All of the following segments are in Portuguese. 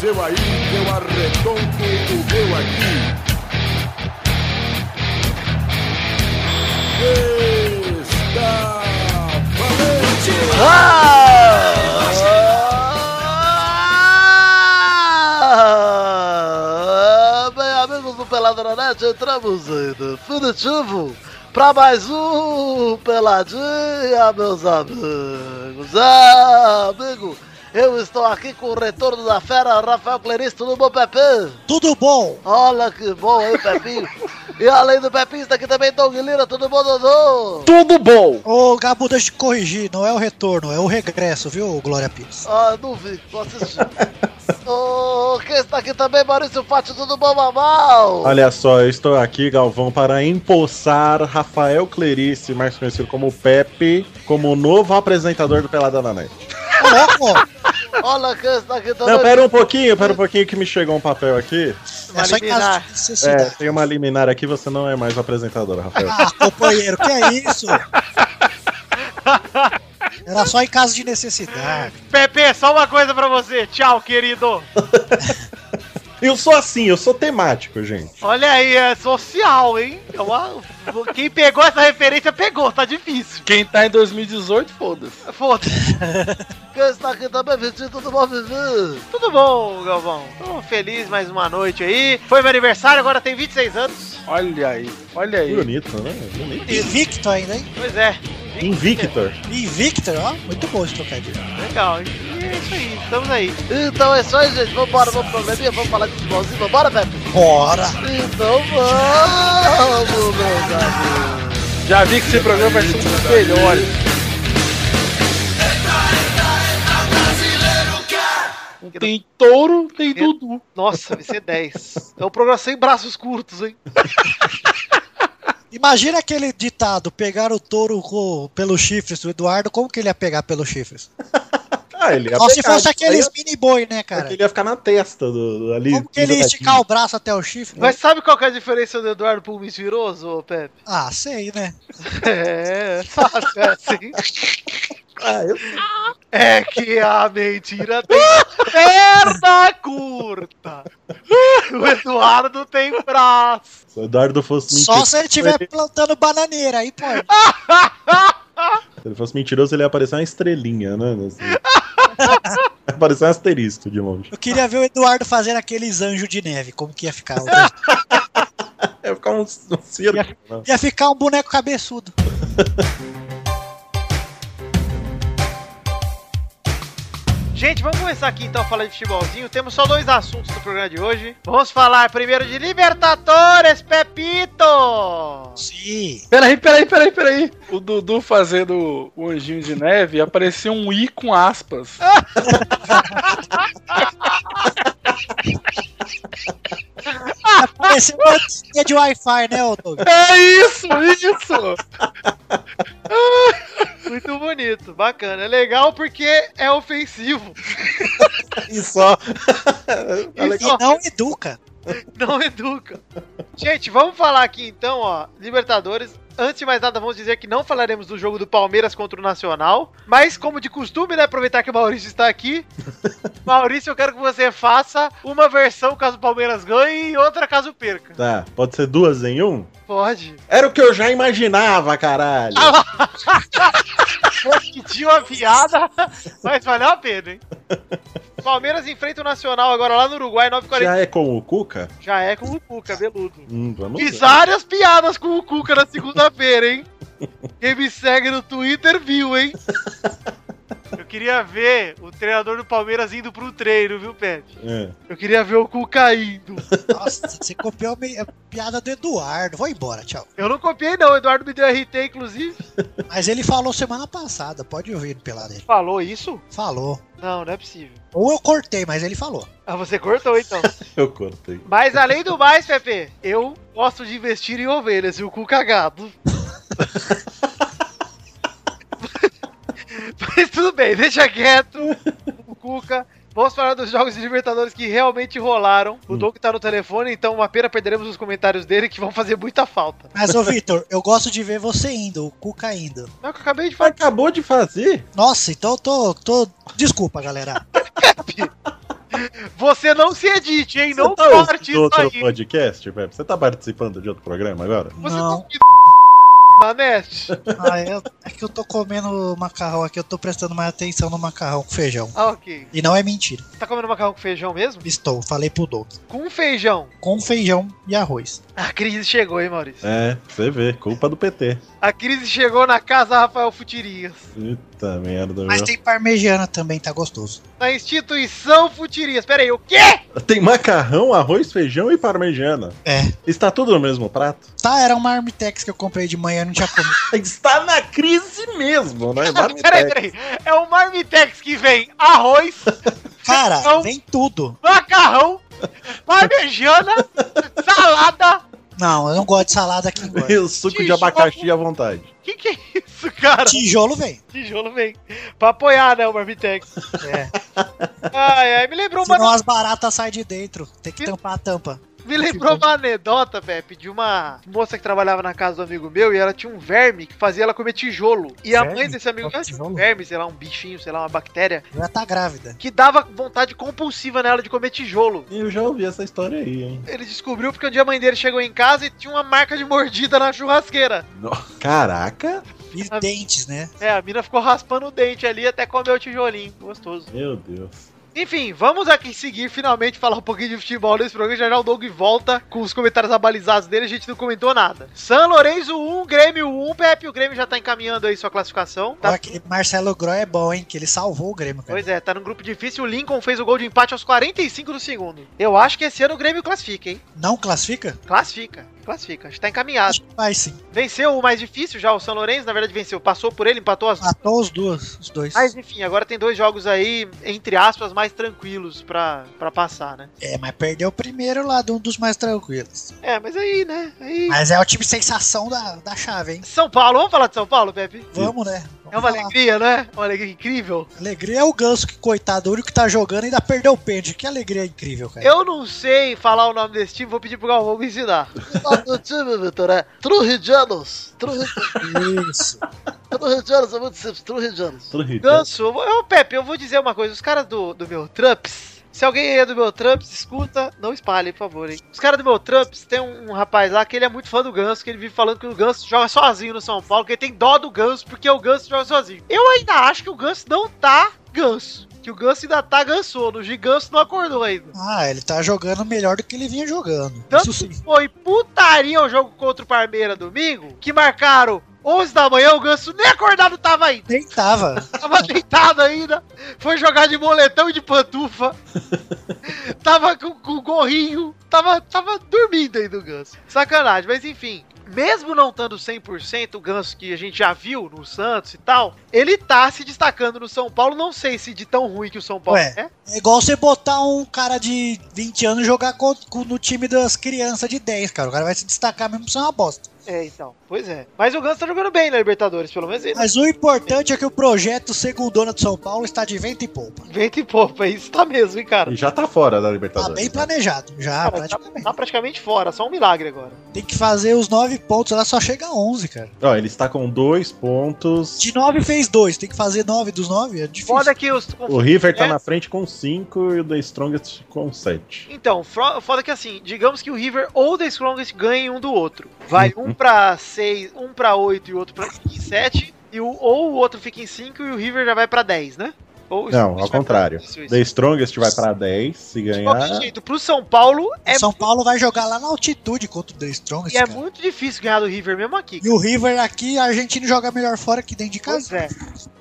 seu aí, eu arredonto o meu aqui. Está valente! Ah! Bem, amigos do Pelada na Net, entramos em definitivo para mais um Peladinha, meus amigos. Ah, amigo, eu estou aqui com o retorno da fera Rafael Cleristo no meu Pepe. Tudo bom? Olha que bom, hein, Pepinho? e além do Pepinho, está aqui também Doug Lira, tudo bom, Dodô? Tudo bom! Ô, Gabu, deixa eu te corrigir. Não é o retorno, é o regresso, viu, Glória Pires? Ah, não vi, vou assistir. Ô, quem está aqui também, Maurício Fátio, tudo bom, Mamal? Olha só, eu estou aqui, Galvão, para empossar Rafael Clerice, mais conhecido como Pepe, como o novo apresentador do Pelada na Net. Ô, louco! Olha quem está aqui também. Não, pera um pouquinho, pera um pouquinho que me chegou um papel aqui. É só em caso de É, necessidade. tem uma liminar aqui, você não é mais o apresentador, Rafael. Ah, companheiro, que é isso? Era só em caso de necessidade. Pepe, só uma coisa pra você. Tchau, querido. Eu sou assim, eu sou temático, gente. Olha aí, é social, hein? É uma- Quem pegou essa referência, pegou. Tá difícil. Quem tá em 2018, foda-se. Foda-se. Quem está aqui também, Vitinho, tudo bom, Vivi? Tudo bom, Galvão? Tô feliz mais uma noite aí. Foi meu aniversário, agora tem 26 anos. Olha aí, olha aí. Bonito, né? Bonito. Invicto ainda, hein? Pois é. Invictor. Invicto, ó. Muito bom esse trocadilho. Legal. E é isso aí. Estamos aí. Então é isso aí, gente. Vambora, vamos pro probleminha, vamos falar de futebolzinho, vambora, Pepe? Bora! Então vamos, meus amigos. Já vi que esse programa vai ser um dos melhores. Tem touro, tem Dudu. Nossa, vai ser 10. É um programa sem braços curtos, hein? Imagina aquele ditado, pegar o touro co- pelos chifres do Eduardo, como que ele ia pegar pelos chifres? Ah, ele ia Só se pegar, fosse aqueles aí mini boi, né, cara? Ele ia ficar na testa do, ali. Como que ele ia da- esticar o braço até o chifre? Mas sabe qual que é a diferença do Eduardo pro mentiroso, ô, Pepe? Ah, sei, né? É, fácil, é assim. Ah, eu Ah! É que a mentira tem perna curta. O Eduardo tem braço. Se o Eduardo fosse mentiroso. Só se ele estiver plantando bananeira, aí pode. Se ele fosse mentiroso, ele ia aparecer uma estrelinha, né? Assim. Ia aparecer um asterisco de longe. Eu queria ver o Eduardo fazendo aqueles anjos de neve, como que ia ficar. o desenho. Ia ficar um, um circo. né? ia ficar um boneco cabeçudo. Gente, vamos começar aqui então a falar de futebolzinho. Temos só dois assuntos do programa de hoje. Vamos falar primeiro de Libertadores, Pepito. Sim. Peraí, peraí, peraí, peraí. O Dudu fazendo o anjinho de neve apareceu um I com aspas. Apareceu uma antena de Wi-Fi, né, ô Doug? É isso, isso! Muito bonito, bacana. É legal porque é ofensivo. E só. Isso E não educa. Não educa. Gente, vamos falar aqui então, ó, Libertadores. Antes de mais nada, vamos dizer que não falaremos do jogo do Palmeiras contra o Nacional. Mas, como de costume, né? Aproveitar que o Maurício está aqui. Maurício, eu quero que você faça uma versão caso o Palmeiras ganhe e outra caso perca. Tá, pode ser duas em um? Pode. Era o que eu já imaginava, caralho. Ah, Que tinha uma piada, mas valeu a pena, hein? Palmeiras enfrenta o Nacional agora lá no Uruguai, 9h40. já é com o Cuca? Já é com o Cuca, veludo. Hum, vamos Fiz ver. várias piadas com o Cuca na segunda-feira, hein? Quem me segue no Twitter viu, hein? Eu queria ver o treinador do Palmeiras indo pro treino, viu, Pet? É. Eu queria ver o Cuca indo. Nossa, você copiou a me- a piada do Eduardo. Vou embora, tchau. Eu não copiei, não. O Eduardo me deu RT, inclusive. Mas ele falou semana passada, pode ouvir no pelado dele. Falou isso? Falou. Não, não é possível. Ou eu cortei, mas ele falou. Ah, você cortou, então. Eu cortei. Mas, além do mais, Pepe, eu gosto de investir em ovelhas e o Cuca gado. Mas tudo bem, deixa quieto o Cuca. Vamos falar dos jogos de Libertadores que realmente rolaram. O Hum. Doug tá no telefone, então uma pena perderemos os comentários dele que vão fazer muita falta. Mas, ô Vitor, eu gosto de ver você indo, o Cuca indo. Não, É que eu acabei de falar. Acabou de fazer? Nossa, então eu tô, tô. Desculpa, galera. Você não se edite, hein? Não tá corte ouvindo isso outro aí. podcast, Pepe? Você tá participando de outro programa agora? Você Não. tá na net? Ah, eu- é que eu tô comendo macarrão aqui, eu tô prestando mais atenção no macarrão com feijão. Ah, ok. E não é mentira. Tá comendo macarrão com feijão mesmo? Estou, falei pro Doug. Com feijão. Com feijão e arroz. A crise chegou, hein, Maurício? É, você vê, culpa do PT. A crise chegou na casa Rafael Futirias. Eita merda, Mas Uhum. meu. tem parmegiana também, tá gostoso. Na instituição Futirias. Pera aí, o quê? Tem macarrão, arroz, feijão e parmegiana. É. Está tudo no mesmo prato? Tá, era uma Armitex que eu comprei de manhã, não tinha comido. Está na crise mesmo, né? Peraí, peraí. É o Marmitex que vem arroz, Cara, Não. vem tudo. macarrão, parmegiana, salada. Não, eu não gosto de salada aqui engorda. E o suco de abacaxi à vontade. Que que é isso, cara? Tijolo vem. Tijolo vem. Pra apoiar, né, o Marmitex. É. Ai, ai, me lembrou uma Senão as baratas saem de dentro. Tem que Que- tampar a tampa. Me lembrou uma anedota, Pepe, de uma moça que trabalhava na casa do amigo meu e ela tinha um verme que fazia ela comer tijolo. E a Verme? mãe desse amigo Qual ela tinha um tijolo? verme, sei lá, um bichinho, sei lá, uma bactéria, Já tá grávida. que dava vontade compulsiva nela de comer tijolo. Eu já ouvi essa história aí, hein? Ele descobriu porque um dia a mãe dele chegou em casa e tinha uma marca de mordida na churrasqueira. Caraca! E Ah. dentes, né? É, a mina ficou raspando o dente ali até comer o tijolinho. Gostoso. Meu Deus. Enfim, vamos aqui seguir finalmente falar um pouquinho de futebol nesse programa. Já já o Doug volta com os comentários abalizados dele. A gente não comentou nada. San Lourenço 1, Grêmio 1. Pepe, o Grêmio já tá encaminhando aí sua classificação. Ó, Tá? aquele Marcelo Groy é bom, hein? Que ele salvou o Grêmio, cara. Pois é, tá num grupo difícil. O Lincoln fez o gol de empate aos 45 do segundo. Eu acho que esse ano o Grêmio classifica, hein? Não classifica? Classifica, classifica. Acho que tá encaminhado. Acho que vai sim. Venceu o mais difícil já, o San Lourenço. Na verdade, venceu. Passou por ele, empatou Ah. as Matou os dois. Os dois. Mas enfim, agora tem dois jogos aí, entre aspas, mais tranquilos pra, pra passar, né? É, mas perdeu o primeiro lá de um dos mais tranquilos. É, mas aí, né? Aí. Mas é o time sensação da, da chave, hein? São Paulo, vamos falar de São Paulo, Pepe? Vamos, né? Vamos É uma falar. alegria, né? Uma alegria incrível. Alegria é o Ganso, que coitado, o único que tá jogando ainda perdeu o pênalti. Que alegria incrível, É. cara. Eu não sei falar o nome desse time, vou pedir pro Galvão me ensinar. O nome do time, Vitor, é Trujidianos. Trujidianos Isso. é muito simples, Trujidianos. Então. Ganso, eu, Pepe, eu vou dizer uma coisa. Os caras do, do meu Trumps, se alguém é do meu Trumps, escuta, não espalhe, por favor, hein? Os caras do meu Trumps, tem um, um rapaz lá que ele é muito fã do Ganso, que ele vive falando que o Ganso joga sozinho no São Paulo, que ele tem dó do Ganso porque o Ganso joga sozinho. Eu ainda acho que o Ganso não tá Ganso. Que o Ganso ainda tá gansono, o Giganso não acordou ainda. Ah, ele tá jogando melhor do que ele vinha jogando. Tanto Isso sim. foi putaria o jogo contra o Parmeira domingo, que marcaram 11 da manhã, o Ganso nem acordado tava ainda. Nem tava. Tava deitado ainda. Foi jogar de moletão e de pantufa. tava com, com gorrinho. Tava, tava dormindo aí do Ganso. Sacanagem, mas enfim. Mesmo não estando 100% o Ganso que a gente já viu no Santos e tal, ele tá se destacando no São Paulo. Não sei se de tão ruim que o São Paulo Ué. é. É igual você botar um cara de 20 anos jogar co- co- no time das crianças de 10, cara. O cara vai se destacar mesmo se é uma bosta. É, então. Pois é. Mas o Ganso tá jogando bem na Libertadores, pelo menos. Ele Mas o importante é que o projeto Segundona de São Paulo está de vento e poupa. inventa e poupa. Isso tá mesmo, hein, cara. E já tá fora da Tá Libertadores. né? bem planejado, já, Cara, tá, praticamente. tá praticamente fora. Só um milagre agora. Tem que fazer os 9 pontos, ela só chega a 11, cara. Ó, ele está com dois pontos. De 9 fez 2, tem que fazer 9 dos 9, é difícil. Foda que os O River é tá na frente com cinco e o The Strongest com sete. Então, fro- foda que assim, digamos que o River ou The Strongest ganhem um do outro. Vai Uhum. um pra 6, um pra 8 e o outro pra fica em 7. E o, ou o outro fica em 5 e o River já vai pra 10, né? Ou o Não, Strongest ao vai pra- contrário. Isso, isso. Tipo, The Strongest vai pra 10 se De ganhar. qualquer jeito, pro São Paulo é, São Paulo vai jogar lá na altitude contra o The Strongest, e é cara. muito difícil ganhar do River mesmo aqui. E o River aqui, a Argentina joga melhor fora que dentro de Pois casa. é.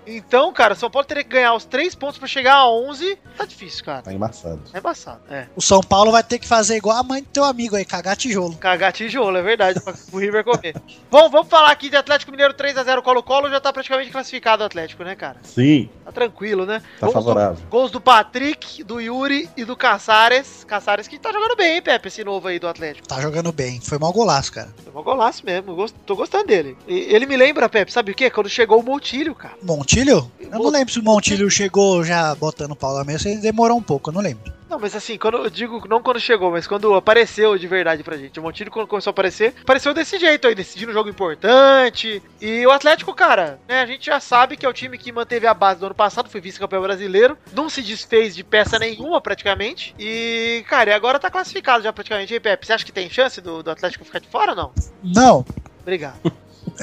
Então, cara, o São Paulo teria que ganhar os 3 pontos pra chegar a 11. Tá difícil, cara. Tá embaçado. É embaçado. É. O São Paulo vai ter que fazer igual a mãe do teu amigo aí, cagar tijolo. Cagar tijolo, é verdade, pra o River comer. Bom, vamos falar aqui de Atlético Mineiro 3x0 Colo-Colo, já tá praticamente classificado o Atlético, né, cara? Sim, Tá tranquilo, né? tá Gols do- favorável. Gols do Patrick, do Yuri e do Caçares. Caçares que tá jogando bem, hein, Pepe, esse novo aí do Atlético. Tá jogando bem. Foi mal golaço, cara. É um golaço mesmo, gost- tô gostando dele. E ele me lembra, Pepe, sabe o quê? Quando chegou o Montilho, cara. Montilho? Eu Mo- não lembro se o Montilho chegou já botando o pau na mesa, ele demorou um pouco, eu não lembro. Não, mas assim, quando eu digo, não quando chegou, mas quando apareceu de verdade pra gente. O Montilho, quando começou a aparecer, apareceu desse jeito aí, decidindo um jogo importante. E o Atlético, cara, né, a gente já sabe que é o time que manteve a base do ano passado, foi vice-campeão brasileiro, não se desfez de peça nenhuma praticamente. E, cara, e agora tá classificado já praticamente. E aí, Pepe, você acha que tem chance do, do Atlético ficar de fora ou não? Não, Obrigado. é Hum.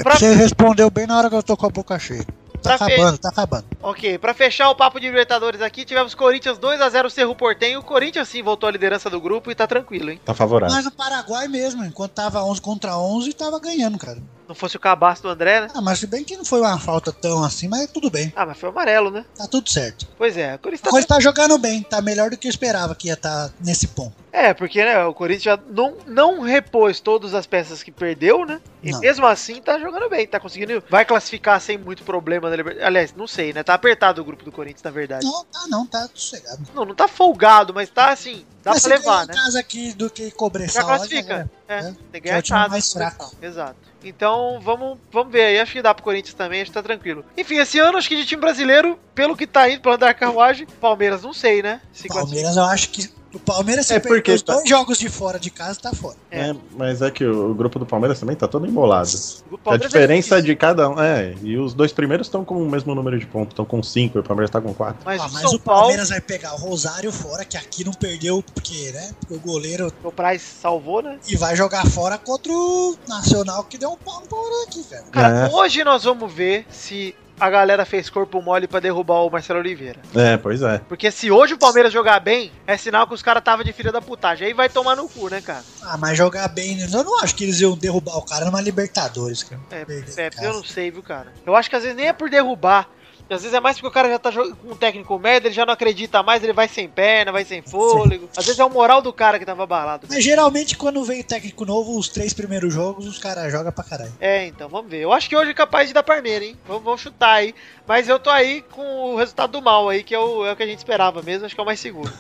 Pra- porque você respondeu bem na hora que eu tô com a boca cheia. Tá Pra acabando, tá acabando. Ok, pra fechar o papo de Libertadores aqui, tivemos Corinthians 2x0 Cerro Portenho. O Corinthians sim voltou à liderança do grupo e tá tranquilo, hein? Tá favorável. Ah, Mas o Paraguai mesmo, enquanto tava 11 contra 11, tava ganhando, cara. Não fosse o cabaço do André, né? Ah, mas se bem que não foi uma falta tão assim, mas tudo bem, Ah, mas foi o amarelo, né? tá tudo certo. Pois é, o Corinthians A tá coisa tá jogando bem, tá melhor do que eu esperava que ia estar nesse ponto. É, porque né, o Corinthians já não, não repôs todas as peças que perdeu, né? E Não. mesmo assim tá jogando bem, tá conseguindo. Vai classificar sem muito problema na Libertadores. Aliás, não sei, né? Tá apertado o grupo do Corinthians, na verdade. Não, tá não, tá sossegado. Não, não tá folgado, mas tá assim, dá Mas pra se ganhar levar, em né? casa aqui do que Já cobressal. classifica. É, né? tem que Que é ganhar o em time casa. mais fraco. Exato. Então, vamos, vamos ver aí. Acho que dá pro Corinthians também, acho que tá tranquilo. Enfim, esse ano, acho que de time brasileiro, pelo que tá indo, pelo andar da carruagem, Palmeiras, não sei, né? Se classifica. Palmeiras, eu acho que. O Palmeiras, se É porque perder os tá- dois jogos de fora de casa, tá fora. É. É, mas é que o, o grupo do Palmeiras também tá todo embolado. O A Palmeiras é diferença difícil, de cada um. É, e os dois primeiros estão com o mesmo número de pontos, estão com 5, e o Palmeiras tá com 4. Mas, Ah, o mas São o Paulo, Palmeiras vai pegar o Rosário fora, que aqui não perdeu, porque, né? Porque o goleiro. o Praz salvou, né? E vai jogar fora contra o Nacional, que deu um pau no Palmeiras aqui, velho. Cara, É. hoje nós vamos ver se a galera fez corpo mole pra derrubar o Marcelo Oliveira. É, pois é. Porque se hoje o Palmeiras jogar bem, é sinal que os caras tava de filha da putagem. Aí vai tomar no cu, né, cara? Ah, mas jogar bem, né? eu não acho que eles iam derrubar o cara numa Libertadores, cara. É, Perder em é, casa. eu não sei, viu, cara? Eu acho que às vezes nem é por derrubar. Às vezes é mais porque o cara já tá jogando com um técnico merda, ele já não acredita mais, ele vai sem perna, vai sem fôlego. Às vezes é o moral do cara que tava abalado. Mas geralmente quando vem técnico novo, os três primeiros jogos, os caras jogam pra caralho. É, então, vamos ver. Eu acho que hoje é capaz de dar parmeira, hein? Vamos, vamos chutar aí. Mas eu tô aí com o resultado do mal aí, que é o, é o que a gente esperava mesmo, acho que é o mais seguro.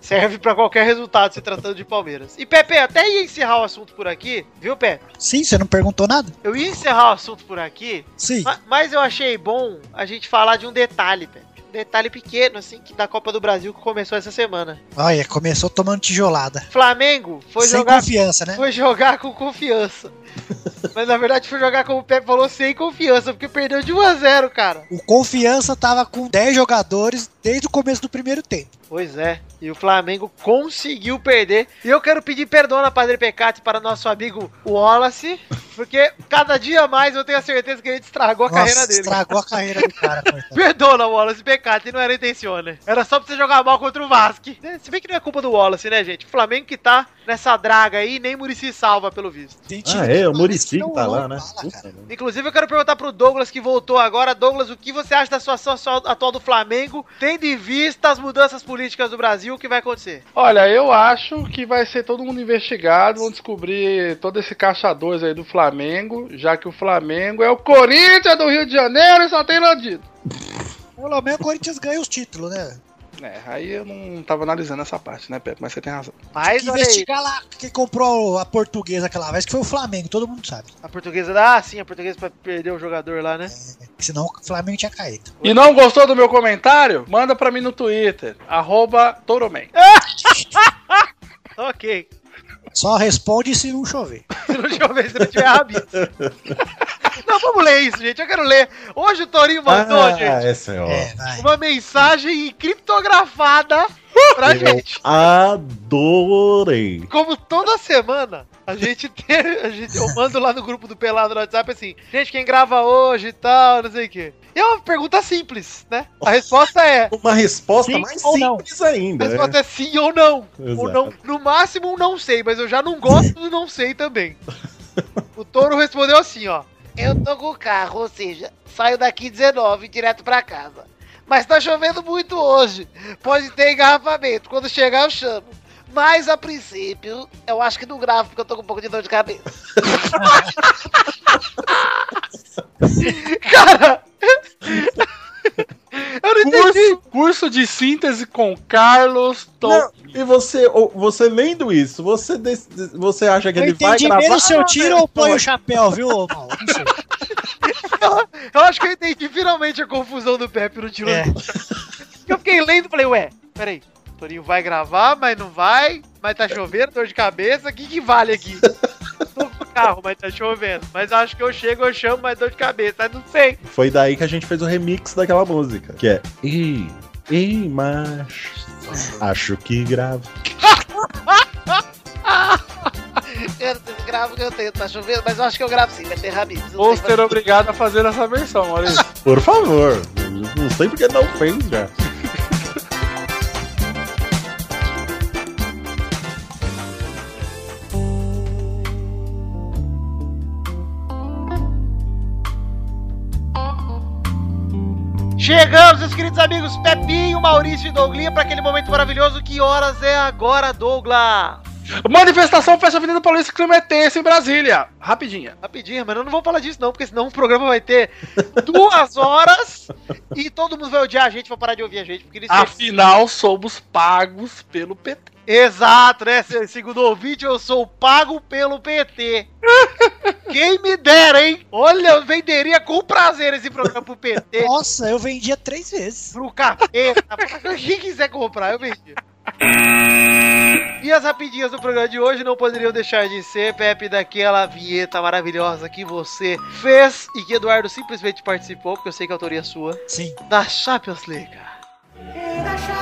Serve pra qualquer resultado se tratando de Palmeiras. E Pepe, até ia encerrar o assunto por aqui, viu, Pepe? Sim, você não perguntou nada? Eu ia encerrar o assunto por aqui, Sim. ma- mas eu achei bom a gente falar de um detalhe, Pepe. Um detalhe pequeno, assim, que da Copa do Brasil que começou essa semana. Olha, começou tomando tijolada. Flamengo foi Sem jogar confiança, né? foi jogar com confiança. Mas na verdade foi jogar como o Pepe falou, sem confiança, porque perdeu de 1 a 0 cara. O Confiança tava com 10 jogadores desde o começo do primeiro tempo. Pois é. E o Flamengo conseguiu perder. E eu quero pedir perdão na Padre Pecati para nosso amigo Wallace, porque cada dia mais eu tenho a certeza que ele estragou a carreira dele. estragou a carreira do cara, coitado. Perdona, Wallace Pecati, não era intenção, né? Era só pra você jogar mal contra o Vasco. né? Se bem que não é culpa do Wallace, né, gente? O Flamengo que tá nessa draga aí, nem Murici salva, pelo visto. Tem time Ah, que é, o não- Murici não- tá não lá, né? um fala, cara. Puta, né? Inclusive, eu quero perguntar pro Douglas, que voltou agora. Douglas, o que você acha da situação atual do Flamengo, tendo em vista as mudanças políticas do Brasil, o que vai acontecer? Olha, eu acho que vai ser todo mundo investigado, vão descobrir todo esse caixa 2 aí do Flamengo, já que o Flamengo é o Corinthians do Rio de Janeiro e só tem bandido. Pelo menos o Corinthians ganha os títulos, né? É, aí eu não tava analisando essa parte, né, Pepe? Mas você tem razão. Tem Mas que olha aí, investigar lá quem comprou a portuguesa aquela vez, que foi o Flamengo, todo mundo sabe. né? a portuguesa. Ah, sim, a portuguesa pra perder o jogador lá, né? Senão o Flamengo tinha caído. E não gostou do meu comentário? Manda pra mim no Twitter, arroba Toroman. Ok. Só responde se não chover. Se não chover, se não tiver rabisco. Não, vamos ler isso, gente. Eu quero ler. Hoje o Torinho mandou, Ah, gente, essa é ó. É, vai. uma mensagem criptografada pra Eu gente. adorei. Como toda semana, a gente tem. A gente, eu mando lá no grupo do Pelado no WhatsApp assim, gente, quem grava hoje e tal, não sei o quê. E é uma pergunta simples, né? A resposta é. Uma resposta Sim mais ou não? simples A ainda. né? resposta é sim ou não. Ou Exato. não. No máximo um não sei, mas eu já não gosto do não sei também. O touro respondeu assim, ó. Eu tô com o carro, ou seja, saio daqui 19 direto pra casa. Mas tá chovendo muito hoje. Pode ter engarrafamento. Quando chegar eu chamo. Mas a princípio, eu acho que não gravo porque eu tô com um pouco de dor de cabeça. Cara! eu não entendi. Curso, curso de síntese com Carlos Tom. Não, e você, ou- você lendo isso, você, des- des- você acha é que Eu ele vai entendi gravar? menos se eu Ah, tiro não, ou põe o chapéu, viu, ô, Paulo? Não sei. Eu acho que eu entendi finalmente a confusão do Pepe no tiro. É. Eu fiquei lendo e falei, ué, peraí. tô Torinho vai gravar, mas não vai, mas tá chovendo, dor de cabeça, o que, que vale aqui? Tô com o carro, mas tá chovendo. Mas acho que eu chego, eu chamo, mas dor de cabeça, mas não sei. Foi daí que a gente fez o remix daquela música, que é Ei, ei, macho, acho que gravo. Eu gravo que eu tenho, tá chovendo, mas eu acho que eu gravo sim, vai ter rabisco. não tem Monster obrigado a fazer essa versão, olha isso. Por favor, não sei porque não fez já. Chegamos, meus queridos amigos, Pepinho, Maurício e Douglinha, pra aquele momento maravilhoso. Que horas é agora, Douglas? Manifestação fecha a Avenida Paulista Climetense em Brasília. Rapidinha. Rapidinho, mas eu não vou falar disso não, porque senão o programa vai ter duas horas e todo mundo vai odiar a gente, vai parar de ouvir a gente, porque eles... Ah. Afinal, somos pagos pelo PT. Exato, né? Se- Segundo o ouvinte, eu sou pago pelo PT. Quem me dera, hein? Olha, eu venderia com prazer esse programa pro PT, Nossa, eu vendia três vezes. pro capeta, pra quem quiser comprar, eu vendia. E as rapidinhas do programa de hoje não poderiam deixar de ser, Pepe, daquela vinheta maravilhosa que você fez e que Eduardo simplesmente participou, porque eu sei que a autoria é sua, Sim. da Champions League. Era Champions,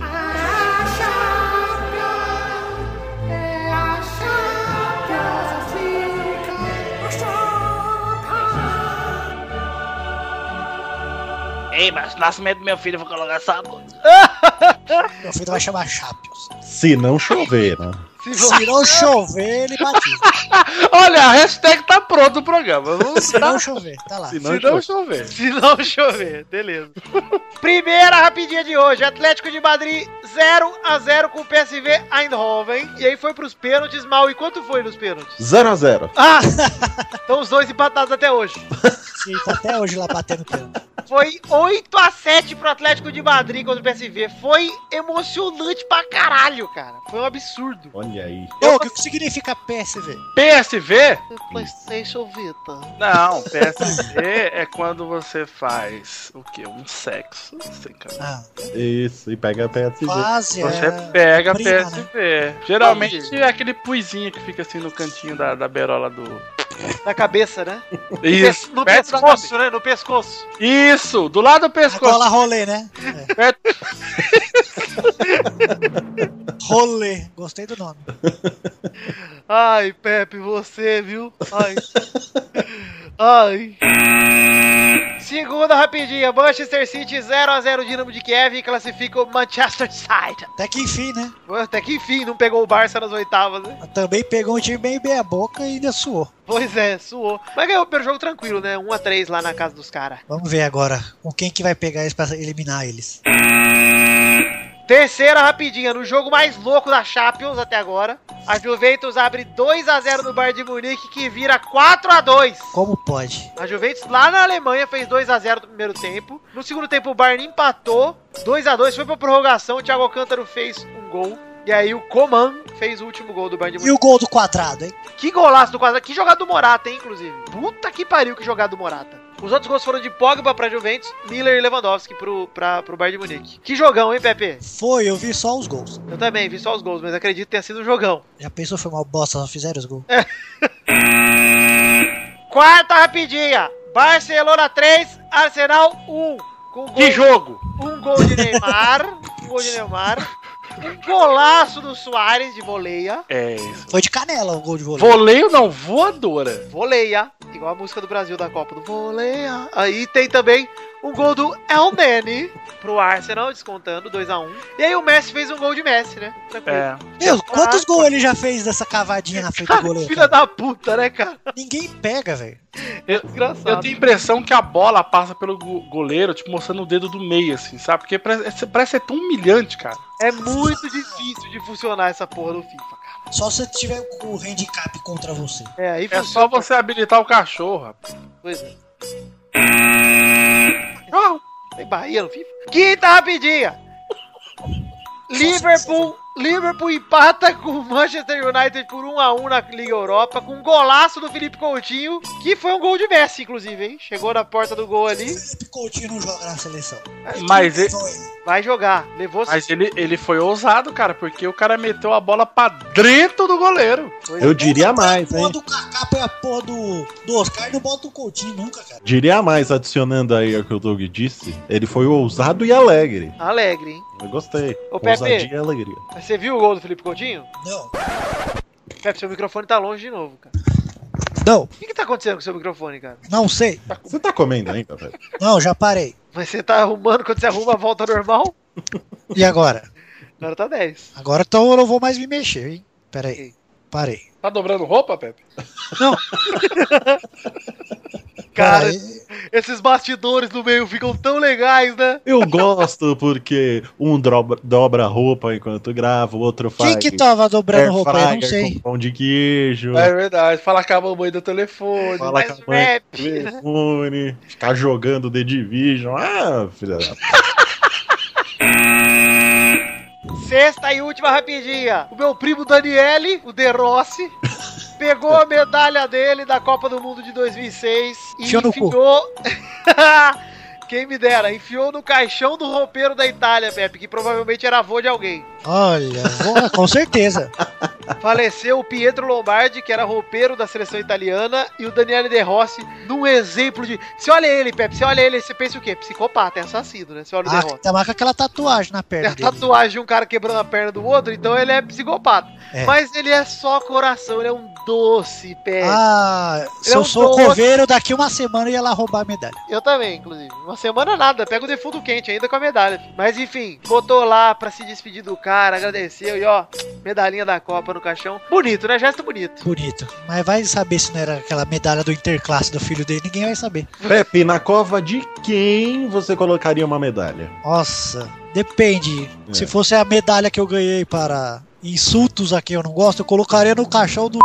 a Champions, é a Champions League, a Champions. Ei, mas nascimento do meu filho, eu vou colocar essa música. Meu filho vai chamar Champions. Se não chover, né? Se você Se não chover, ele batiza. Olha, a hashtag tá pronto o programa. Vamos Se não chover, tá lá. Se não, se não chover. Se não chover, beleza. Primeira rapidinha de hoje, Atlético de Madrid 0 a 0 com o PSV Eindhoven. E aí foi pros pênaltis, mal. E quanto foi nos pênaltis? 0x0. Ah! Estão os dois empatados até hoje. Sim, tá até hoje lá batendo pênalti. Foi 8 a 7 pro Atlético de Madrid contra o PSV. Foi emocionante pra caralho, cara. Foi um absurdo. Olha aí. Ô, o que que significa PSV? PSV? PlayStation Vita. Não, PSV é quando você faz o quê? Um sexo sem camisa. Ah, Isso, e pega a PSG. quase Você é. pega briga, PSV. Geralmente é aquele puizinho que fica assim no cantinho da, da berola do. Na cabeça, né? Isso, No perto da pescoço, né? No pescoço. cabeça. Isso, do lado do A pescoço. cola rolê, né? É. rolê. Gostei do nome. Ai, Pepe, você, viu? Ai. Ai. Segunda rapidinha, Manchester City 0x0 Dinamo de Kiev e classifica o Manchester Side. Até que enfim, né? Até que enfim, não pegou o Barça nas oitavas, né? Também pegou um time meio meia boca e ainda suou. Pois é, suou. Mas ganhou o primeiro jogo tranquilo, né? 1x3 lá na casa dos caras. Vamos ver agora com quem que vai pegar eles pra eliminar eles. Terceira rapidinha, no jogo mais louco da Champions até agora, a Juventus abre 2x0 no Bar de Munique que vira 4x2. Como pode? A Juventus lá na Alemanha fez 2x0 no primeiro tempo. No segundo tempo, o Bayern empatou. 2x2 foi pra prorrogação. O Thiago Alcântaro fez um gol. E aí o Coman fez o último gol do Bayern de E o gol do quadrado, hein? Munique. Que golaço do quadrado. Que jogada do Morata, hein, inclusive. Puta que pariu que jogada do Morata. Os outros gols foram de Pogba pra Juventus, Miller e Lewandowski pro, pra, pro Bayern de Munique. Que jogão, hein, Pepe? Foi, eu vi só os gols. Eu também vi só os gols, mas acredito que tenha sido um jogão. Já pensou foi uma bosta, só fizeram os gols. Quarta rapidinha. Barcelona 3, Arsenal 1. Com gol Que jogo! um gol de Neymar, um gol de Neymar, um golaço do Soares de voleia, É isso. Foi de canela o gol de vôlei. Voleio não, voadora. voleia, igual a música do Brasil da Copa do Voleia. Aí tem também um gol do El Nene pro Arsenal, descontando 2x1. E aí o Messi fez um gol de Messi, né? Tranquilo. É. Meu, quantos gols ele já fez dessa cavadinha na frente do goleiro? Ah, Filha da puta, né, cara? Ninguém pega, velho. Desgraçado. Eu tenho a impressão que a bola passa pelo go- goleiro, tipo, mostrando o dedo do meio, assim, sabe? Porque parece, parece ser tão humilhante, cara. É muito difícil de funcionar essa porra do FIFA, cara. Só se você tiver o handicap contra você. É, aí É só você habilitar o cachorro, rapaz. Pois é. Ah, Tem Bahia no FIFA? Quinta rapidinha. Liverpool Liverpool empata com o Manchester United por 1x1 na Liga Europa, com um golaço do Felipe Coutinho, que foi um gol de Messi, inclusive, hein? Chegou na porta do gol ali, Felipe Coutinho não joga na seleção. Mas, e- Só ele. vai jogar. Levou mas ele, ele foi ousado, cara, porque o cara meteu a bola pra dentro do goleiro. Eu diria mais, Põe a porra hein? do Kaká, põe a porra do, do Oscar e não bota o Coutinho nunca, cara. Diria mais, adicionando aí ao que o Doug disse, ele foi ousado e alegre. Alegre, hein? Eu gostei. Ô, Pepe. Ousadia e alegria. Você viu o gol do Felipe Coutinho? Não, Pepe, seu microfone tá longe de novo, cara. não, O que, que tá acontecendo com o seu microfone, cara? não sei. Você tá comendo ainda, velho? Não, já parei. Mas você tá arrumando quando você arruma a volta normal? E agora? Agora tá 10. Agora então eu não vou mais me mexer, hein? Pera aí. Parei. Tá dobrando roupa, Pepe? Cara, Parei. esses bastidores do meio ficam tão legais, né? Eu gosto porque um dobra, dobra a roupa enquanto grava, o outro faz. Quem que tava dobrando air roupa aí? Não fryer sei. Com pão de queijo, É verdade. Fala com a mamãe do telefone. Fala Mas com a mãe. rap. telefone, ficar jogando The Division. Ah, filha da Sexta e última rapidinha. O meu primo Daniele, o De Rossi, pegou a medalha dele da Copa do Mundo de 2006 e Enfia no cu. enfiou. Quem me dera, enfiou no caixão do roupeiro da Itália, Pepe, que provavelmente era avô de alguém. Olha, vou- com certeza. Tá Faleceu o Pietro Lombardi, que era roupeiro da seleção italiana, e o Daniele De Rossi, num exemplo de. Você olha ele, Pepe, você olha ele, você pensa o quê? Psicopata, é assassino, né? Você olha o De Ah, Rossi. tá mais com aquela tatuagem na Tem perna a dele. tatuagem de um cara quebrando a perna do outro, então ele é psicopata. É. Mas ele é só coração, ele é um doce pé. Ah, se É eu um sou doce. coveiro, daqui uma semana eu ia lá roubar a medalha. Eu também, inclusive. Uma semana nada, pega o defunto quente ainda com a medalha. Mas enfim, botou lá pra se despedir do cara, agradeceu e ó, medalhinha da Copa no caixão. Bonito, né? Gesto bonito. Bonito. Mas vai saber se não era aquela medalha do interclasse do filho dele, ninguém vai saber. Pepe, na cova de quem você colocaria uma medalha? Nossa, depende. É. Se fosse a medalha que eu ganhei para insultos a quem eu não gosto, eu colocaria no caixão do.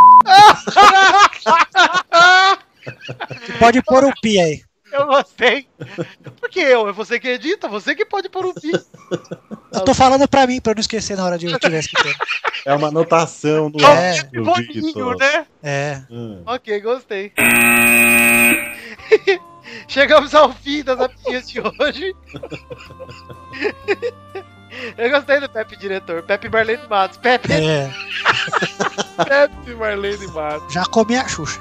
Pode pôr o pi aí. Eu gostei. Porque eu, é você que edita, você que pode pôr um pi. Eu tô falando pra mim, pra eu não esquecer na hora de eu tiver escutando. É uma anotação do É, áudio do Boninho, Victor. né? É. Hum. Ok, gostei. Chegamos ao fim das rapidinhas de hoje. Eu gostei do Pepe diretor, Pepe Marlene Matos. Pepe É. Pepe Marlene Mato. Já comi a Xuxa.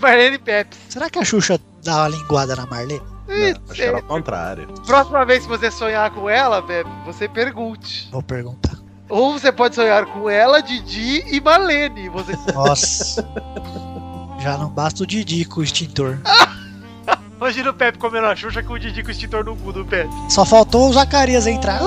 Marlene Pepe. Será que a Xuxa dá uma linguada na Marlene? Não, acho que era o contrário. Próxima vez que você sonhar com ela, Pepe, você pergunte. Vou perguntar. Ou você pode sonhar com ela, Didi e Marlene. Você... Nossa. Já não basta o Didi com o extintor. Imagina o Pepe comendo a Xuxa com o Didi com o extintor no cu do Pepe. Só faltou o Zacarias entrar.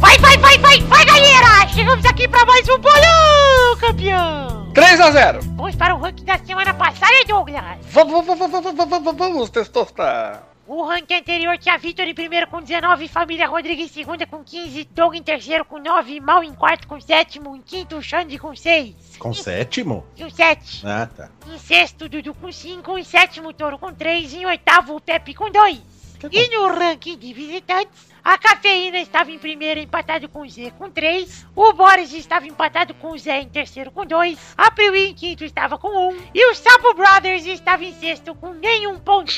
Vai, vai, vai, vai, vai, galera! Chegamos aqui pra mais um bolão, campeão! 3 a 0 Vamos para o ranking da semana passada, Douglas! Vamos, vamos, vamos, vamos, vamos, vamos testostar. O ranking anterior tinha Vitor em primeiro com 19, Família Rodrigues em segunda com 15, Doug em terceiro com 9, Mal em quarto com sétimo, em quinto, Xande com 6. Com sétimo? Com 7. Ah, tá. Em sexto, Dudu com 5, em sétimo, Toro com 3, em oitavo, o Pepe com 2. E no ranking de visitantes, a Cafeína estava em primeiro, empatado com o Z com 3, o Boris estava empatado com o Zé em terceiro com 2, a Priui em quinto estava com 1, um, e o Sapo Brothers estava em sexto com nenhum ponto.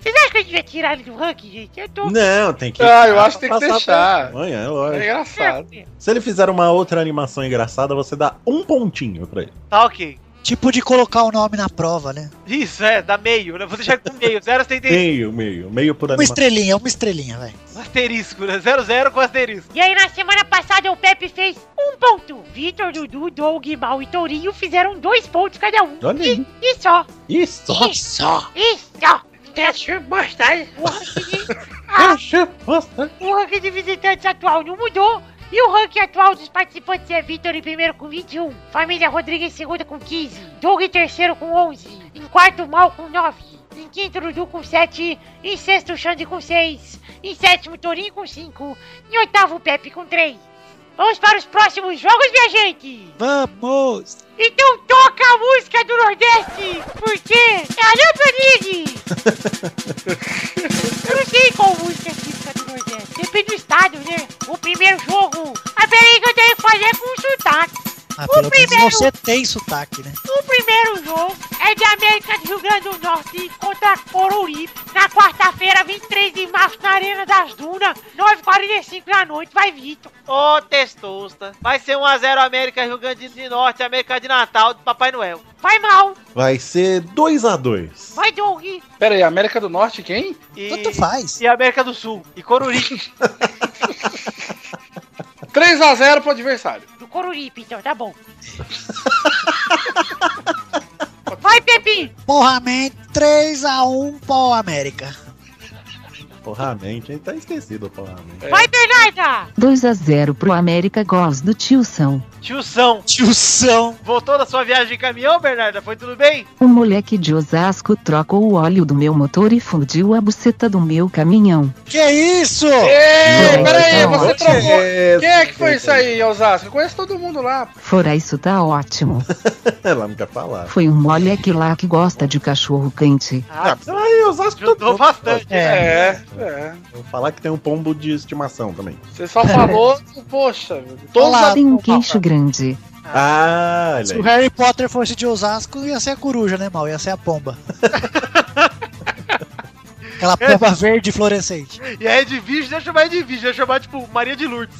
Vocês acham que a gente vai tirar ele do ranking, gente? Eu tô... Não, tem que. Ah, eu acho que tem que Passar deixar. pra Amanhã, é É lógico. engraçado. Se ele fizer uma outra animação engraçada, você dá um pontinho pra ele. Tá ok. Tipo de colocar o nome na prova, né? Isso, é, dá meio, né? Você chega com meio, 0 asterisco, Meio, meio, meio Um por Uma animação. estrelinha, uma estrelinha, velho. asterisco, né? 0, 0 com asterisco. E aí, na semana passada, o Pepe fez um ponto. Vitor, Dudu, Doug, Mal e Tourinho fizeram dois pontos cada um. Olha aí. E só. Isso! Isso! Isso! Deixa mostrar o ranking, de, Ah. o ranking de visitantes atual não mudou. E o ranking atual dos participantes é Vitor em primeiro com 21, Família Rodrigues em segunda com 15, Doug em terceiro com 11, em quarto Mal com 9, em quinto Dudu com 7, em sexto Xande com 6, em sétimo Torinho com 5, em oitavo Pepe com 3. Vamos para os próximos jogos, minha gente! Vamos! Então toca a música do Nordeste, porque é a Lampa League! Eu não sei qual música é típica do Nordeste, depende do estado, né? O primeiro jogo... Ah, peraí que eu tenho que fazer com o sotaque. Ah, O pelo primeiro- menos você tem sotaque, né? O primeiro jogo é da América do Rio Grande do Norte contra Coruripe, na quarta-feira, 23 de março, na Arena das Dunas, 9h45 da noite, vai Vitor. Ô, testosta. Vai ser 1x0 América, Rio Grande do Norte, América de Natal, do Papai Noel. Vai mal, Vai ser 2 a 2 vai Doug, Pera aí, América do Norte quem? E, Tanto faz. e América do Sul. E Coruripe. 3x0 pro adversário. do Coruripe, então, tá bom. Vai, Pepe! Porra, man, 3x1 pau América. Porra, man, quem tá esquecido, porra, man. Vai, Bernarda! 2 a 0 pro América Gols do Tilson. Tiozão. Tiozão. Voltou da sua viagem de caminhão, Bernarda? Foi tudo bem? O moleque de Osasco trocou o óleo do meu motor e fundiu a buceta do meu caminhão. Que isso? Ei, pera aí, Não, É, você não. trocou. Quem é que foi isso aí, Osasco? Eu conheço todo mundo lá. Fora isso tá ótimo. É, Ela não quer falar. Foi um moleque lá que gosta de cachorro quente. Ah, Aí, Osasco Ajudou bastante. É, é. Vou falar que tem um pombo de estimação também. Você só falou, poxa, todos Olá. a... Tem um queixo grande. Ah, Se olha o aí. Harry Potter fosse de Osasco, ia ser a coruja, né, mal? Ia ser a pomba. Aquela pomba verde fluorescente. E a Edvige, deixa eu chamar Edvige, deixa eu chamar, tipo, Maria de Lourdes.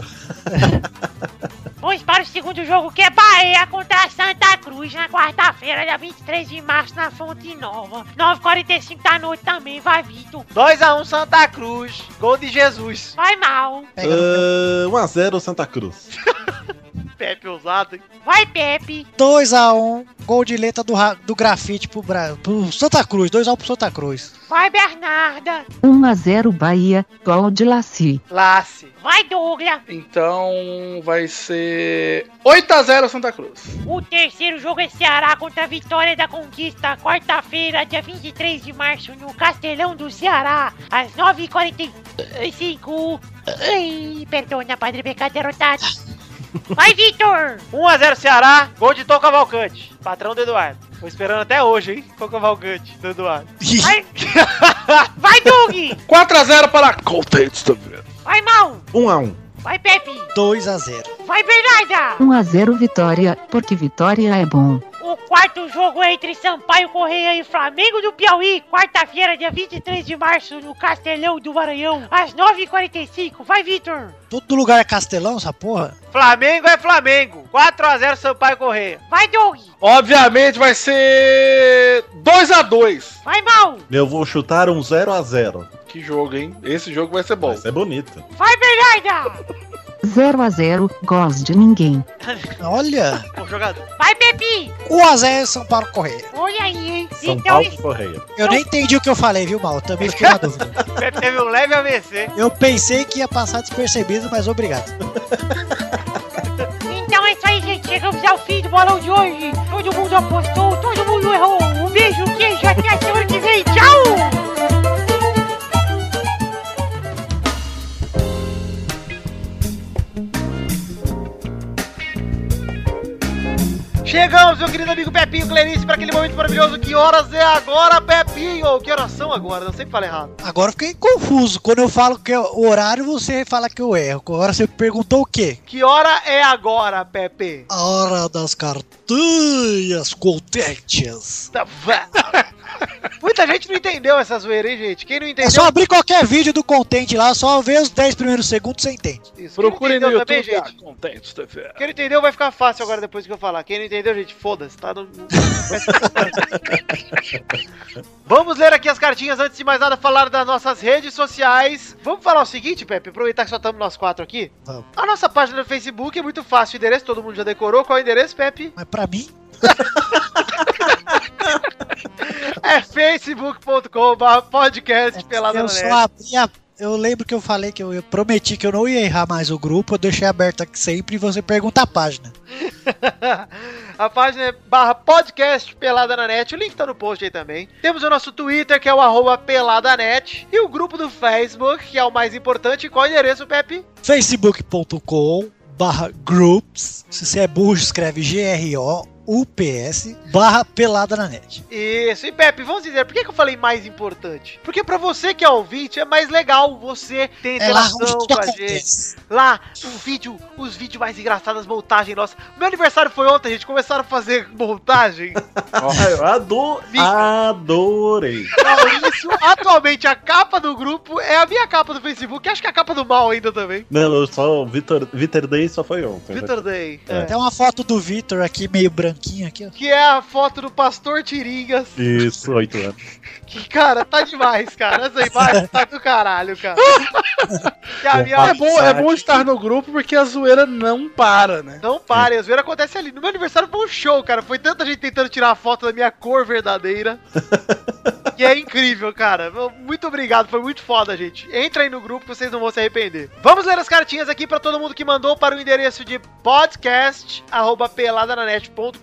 Vamos para o segundo jogo, que é Bahia contra Santa Cruz, na quarta-feira, dia 23 de março, na Fonte Nova, 9h45 da noite também, vai Vitor. 2x1 Santa Cruz. Gol de Jesus. Vai mal, Pega no meu. 1x0 Santa Cruz. Pepe ousado. hein? vai Pepe, 2x1, gol de letra do, ra- do grafite pro, Bra- pro Santa Cruz. 2x1 pro Santa Cruz. vai Bernarda, 1 a 0 Bahia, gol de Laci. Lace. vai Douglas. Então vai ser 8x0 Santa Cruz. O terceiro jogo é Ceará contra a Vitória da Conquista, quarta-feira, dia 23 de março, no Castelão do Ceará, às 9h45. Ai, Perdona, Padre Pecado derrotado. Vai, Vitor! 1x0 Ceará. Gol de Tom Cavalcante. Patrão do Eduardo. Tô esperando até hoje, hein? Tom Cavalcante do Eduardo. Vai, vai Doug! 4x0 para a Colts. Vai, Mal! 1x1. Vai, Pepe! 2x0. Vai, Bernarda! 1 a 0 Vitória, porque Vitória é bom. O quarto jogo é entre Sampaio Correia e Flamengo do Piauí, quarta-feira, dia 23 de março, no Castelão do Maranhão, às 9h45. Vai, Vitor! Todo lugar é castelão, essa porra? Flamengo é Flamengo. 4x0 Sampaio Correia. Vai, Doug! Obviamente vai ser 2x2. Vai, Mal! Eu vou chutar um 0x0. Que jogo, hein? Esse jogo vai ser bom. Mas é bonito. Vai, então! Bernarda! 0 a 0 gols de ninguém. Olha. Bom jogador. Vai, Pepe! 1x0 São Paulo Correia. Olha aí, hein? São então, Paulo Correia. Eu nem entendi o que eu falei, viu, mal? Também fiquei na dúvida. Pepe teve um leve AVC. Eu pensei que ia passar despercebido, mas obrigado. então é isso aí, gente. Chegamos ao fim do bolão de hoje. Todo mundo apostou, todo mundo errou. Um beijo, queijo, até a semana que vem. Tchau! Chegamos, meu querido amigo Pepinho Clarice, para aquele momento maravilhoso. Que horas é agora, Pepinho? Que horas são agora? Eu sempre falo errado. Agora eu fiquei confuso. Quando eu falo que é o horário, você fala que eu erro. Agora você perguntou o quê? Que hora é agora, Pepe? A hora das cartinhas contentes. Tá, vá. Muita gente não entendeu essa zoeira, hein, gente? Quem não É entendeu só abrir qualquer vídeo do contente lá, só ver os 10 primeiros segundos você entende. isso. Procure Quem não no entendeu YouTube. também, gente. a Contentes TV. Quem não entendeu vai ficar fácil agora depois que eu falar. Quem não entendeu, gente, foda-se, tá? No... Vamos ler aqui as cartinhas antes de mais nada falar das nossas redes sociais. Vamos falar o seguinte, Pepe, aproveitar que só estamos nós quatro aqui. Vamos. A nossa página no Facebook é muito fácil, o endereço todo mundo já decorou. Qual é o endereço, Pepe? Mas pra mim, É facebook.com.br podcast pelada É, eu na só net. abri a. Eu lembro que eu falei que eu, eu prometi que eu não ia errar mais o grupo, eu deixei aberto aqui sempre e você pergunta a página. a página é barra podcast Pelada na Net. O link tá no post aí também. Temos o nosso Twitter, que é o arroba peladanet. E o grupo do Facebook, que é o mais importante. Qual é o endereço, Pepe? facebook.com barra groups. Se você é burro, escreve G-R-O-U-P-S barra pelada na net. Isso, e Pepe, vamos dizer, por que, que eu falei mais importante? Porque pra você que é ouvinte, é mais legal, você tem É lá interação onde com tudo a gente. acontece. Lá, o vídeo, os vídeos mais engraçados, montagem nossa. Meu aniversário foi ontem, gente, começaram a fazer montagem. Ah, eu ado- adorei. Maurício, atualmente a capa do grupo é a minha capa do Facebook, acho que é a capa do mal ainda também. Não, eu só o Vitor, Vitor Day só foi ontem. né? Vitor Day. É. Tem uma foto do Vitor aqui, meio branquinho aqui, ó. Que é a foto do Pastor Tiringas. Isso, oito anos. Que, cara, tá demais, cara. Essa imagem tá do caralho, cara. que a minha É bom, é bom estar no grupo porque a zoeira não para, né? Não parem, a zoeira acontece ali. No meu aniversário foi um show, cara. Foi tanta gente tentando tirar a foto da minha cor verdadeira. que é incrível, cara. Muito obrigado, foi muito foda, gente. Entra aí no grupo que vocês não vão se arrepender. Vamos ler as cartinhas aqui pra todo mundo que mandou para o endereço de podcast@peladananet.com.br.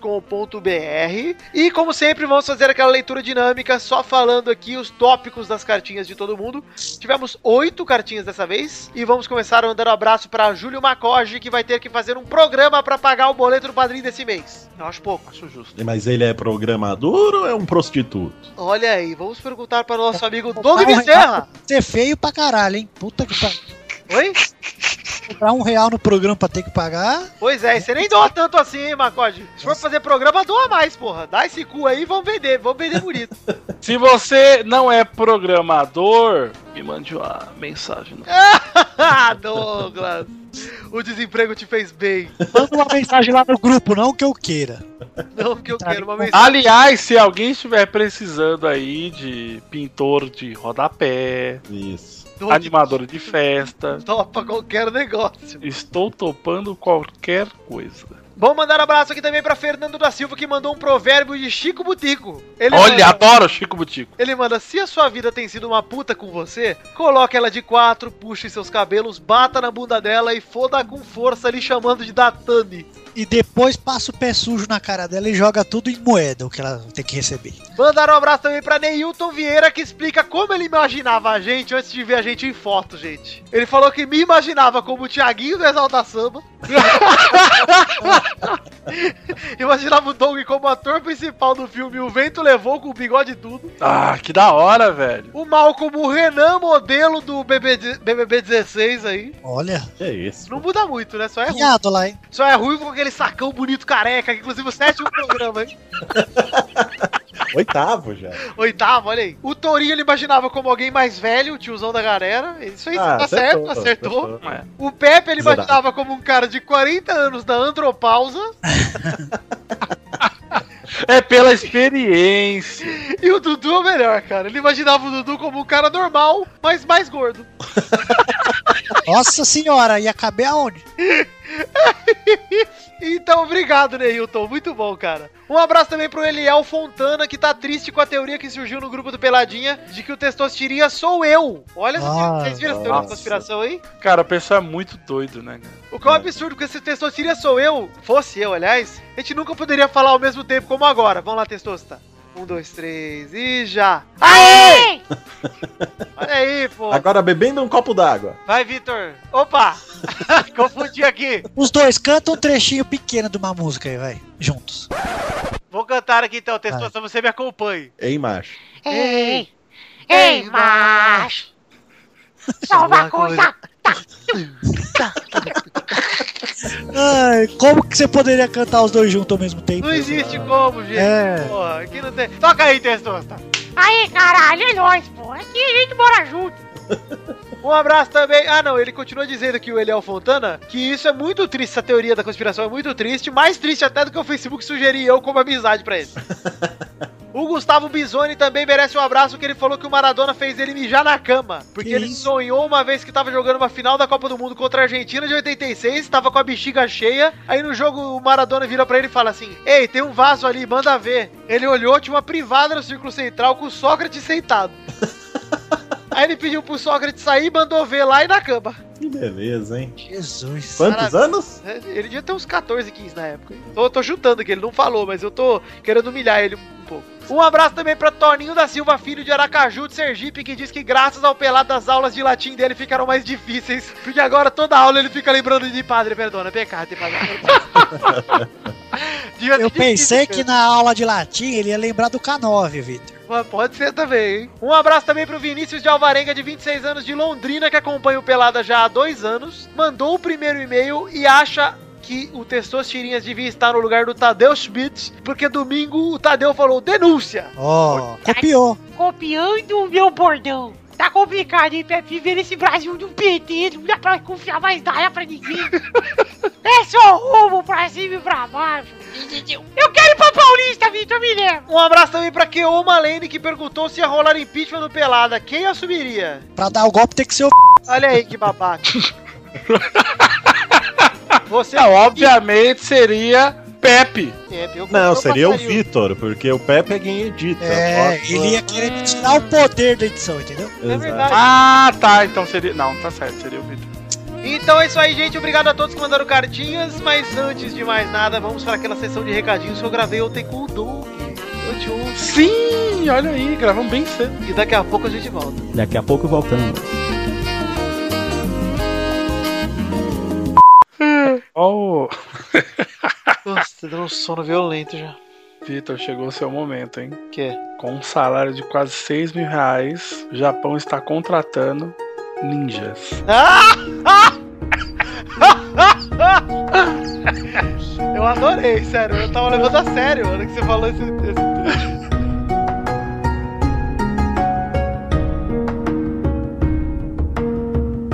E como sempre, vamos fazer aquela leitura dinâmica, só falando aqui os tópicos das cartinhas de todo mundo. Tivemos oito cartinhas dessa vez e vamos começar mandando um abraço pra Júlio Macoge, que vai ter que fazer um programa pra pagar o boleto do padrinho desse mês. Eu acho pouco, acho justo. Mas ele é programador ou é um prostituto? Olha aí, vamos perguntar para o nosso amigo Doug Comprar um Bezerra. real- Você é feio pra caralho, hein? Puta que pariu. Oi? Comprar um real no programa pra ter que pagar. Pois é, você nem doa tanto assim, hein, Macoge? Se for fazer programa, doa mais, porra. Dá esse cu aí e vamos vender, vamos vender bonito. Se você não é programador, me mande uma mensagem. no- ah, Douglas. O desemprego te fez bem. Manda uma mensagem lá no grupo, não que eu queira. Não que eu quero uma mensagem. Aliás, se alguém estiver precisando aí de pintor de rodapé, Isso. Doug animador de festa, Topa qualquer negócio. estou topando qualquer coisa. Vamos mandar um abraço aqui também pra Fernando da Silva, que mandou um provérbio de Chico Butico. Ele é- Olha, manda, adoro Chico Butico. ele manda: se a sua vida tem sido uma puta com você, coloque ela de quatro, puxe seus cabelos, bata na bunda dela e foda com força lhe chamando de Datane. E depois passa o pé sujo na cara dela e joga tudo em moeda, o que ela tem que receber. Mandaram um abraço também pra Neilton Vieira, que explica como ele imaginava a gente antes de ver a gente em foto, gente. Ele falou que me imaginava como o Thiaguinho do Exalta Samba. imaginava o Doug como ator principal do filme O Vento Levou, com o bigode e tudo. Ah, que da hora, velho. O mal como o Renan, modelo do BBB, 16 aí. Olha, Que é isso? Não muda muito, né? Só é ruim. piado lá, hein? Só é ruim com aquele sacão bonito careca, que inclusive o sétimo programa, hein? Oitavo já. Oitavo, olha aí. O Tourinho ele imaginava como alguém mais velho, o tiozão da galera. Isso aí Ah, tá certo, acertou. O Pepe ele Zerado. imaginava como um cara de 40 anos da andropausa. É pela experiência. E o Dudu é o melhor, cara. Ele imaginava o Dudu como um cara normal, mas mais gordo. Nossa senhora, ia caber aonde? Então, obrigado, Neilton. Muito bom, cara. Um abraço também pro Eliel Fontana, que tá triste com a teoria que surgiu no grupo do Peladinha de que o Testostirinha sou eu. Olha, essa teoria- Ah, vocês viram essa teoria da nossa. conspiração aí? Cara, a pessoa é muito doido, né, cara? O que é um absurdo, porque se o Testostirinha sou eu, fosse eu, aliás, a gente nunca poderia falar ao mesmo tempo como agora. Vamos lá, Testosta. Um, dois, três e já. Aê! Olha aí, pô. Agora bebendo um copo d'água. Vai, Vitor. Opa! Confundi aqui. Os dois cantam um trechinho pequeno de uma música aí, vai. Juntos. Vou cantar aqui então, Testosta, você me acompanhe. Ei, macho. Ei! Ei, macho! Só uma coisa! Ai, como que você poderia cantar os dois juntos ao mesmo tempo? Ah. Não existe como, gente. É. Porra, aqui não tem. Toca aí, Testosta. Aí, caralho, é nóis, pô! Aqui a gente mora junto! Um abraço também. Ah, não, ele continua dizendo que o Eliel Fontana, que isso é muito triste, essa teoria da conspiração é muito triste, mais triste até do que o Facebook sugerir eu como amizade pra ele. O Gustavo Bisoni também merece um abraço, que ele falou que o Maradona fez ele mijar na cama. Porque Que ele isso? sonhou uma vez que tava jogando uma final da Copa do Mundo contra a Argentina de 86, tava com a bexiga cheia. Aí no jogo o Maradona vira pra ele e fala assim: Ei, tem um vaso ali, manda ver. Ele olhou, tinha uma privada no círculo central com o Sócrates sentado. Aí ele pediu pro Sócrates sair, mandou ver lá e na cama. Que beleza, hein? Jesus. Quantos Maravilha. anos? É, Ele devia ter uns 14, 15 na época. hein? Tô, tô chutando que ele não falou, mas eu tô querendo humilhar ele um pouco. Um abraço também pra Toninho da Silva, filho de Aracaju, de Sergipe, que diz que graças ao pelado as aulas de latim dele ficaram mais difíceis, porque agora toda aula ele fica lembrando de padre, perdona, é pecado, padre. Devia ser Eu pensei difícil, que na aula de latim ele ia lembrar do K9, Vitor. Mas Pode ser também, hein? Um abraço também pro Vinícius de Alvarenga, de 26 anos, de Londrina, que acompanha o Pelada já há dois anos. Mandou o primeiro e-mail e acha que o Testos Tirinhas devia estar no lugar do Tadeu Schmidt, porque domingo o Tadeu falou denúncia. Ó, copiou. Copiando o meu bordão. Tá complicado, hein, Pepe? Ver esse Brasil de um PT, não dá pra confiar mais nada pra ninguém. é só rumo pra cima e pra baixo. Entendeu? Eu quero ir pra Paulista, Vitor, me leva. Um abraço também pra Keoma Malene, que perguntou se ia rolar impeachment do Pelada. Quem assumiria? Pra dar o golpe tem que ser o. Olha aí que babaca. Você Não, obviamente seria Pepe. é, eu- Não, eu seria o passaria Vitor, porque o Pepe é quem edita. É, Nossa. ele ia querer me tirar o poder da edição, entendeu? É Exato. verdade. Ah, tá. Então seria. Não, tá certo, seria o Vitor. Então é isso aí, gente. Obrigado a todos que mandaram cartinhas. Mas antes de mais nada, vamos para aquela sessão de recadinhos que eu gravei ontem com o Doug. Eu te ouço. Sim, olha aí, gravamos bem cedo. E daqui a pouco a gente volta. Daqui a pouco voltamos. Ó, o Nossa, deu um sono violento já. Vitor, chegou o seu momento, hein? Quê? Com um salário de quase 6 mil reais, o Japão está contratando ninjas. Eu adorei, sério. Eu tava levando a sério na hora que você falou esse. esse...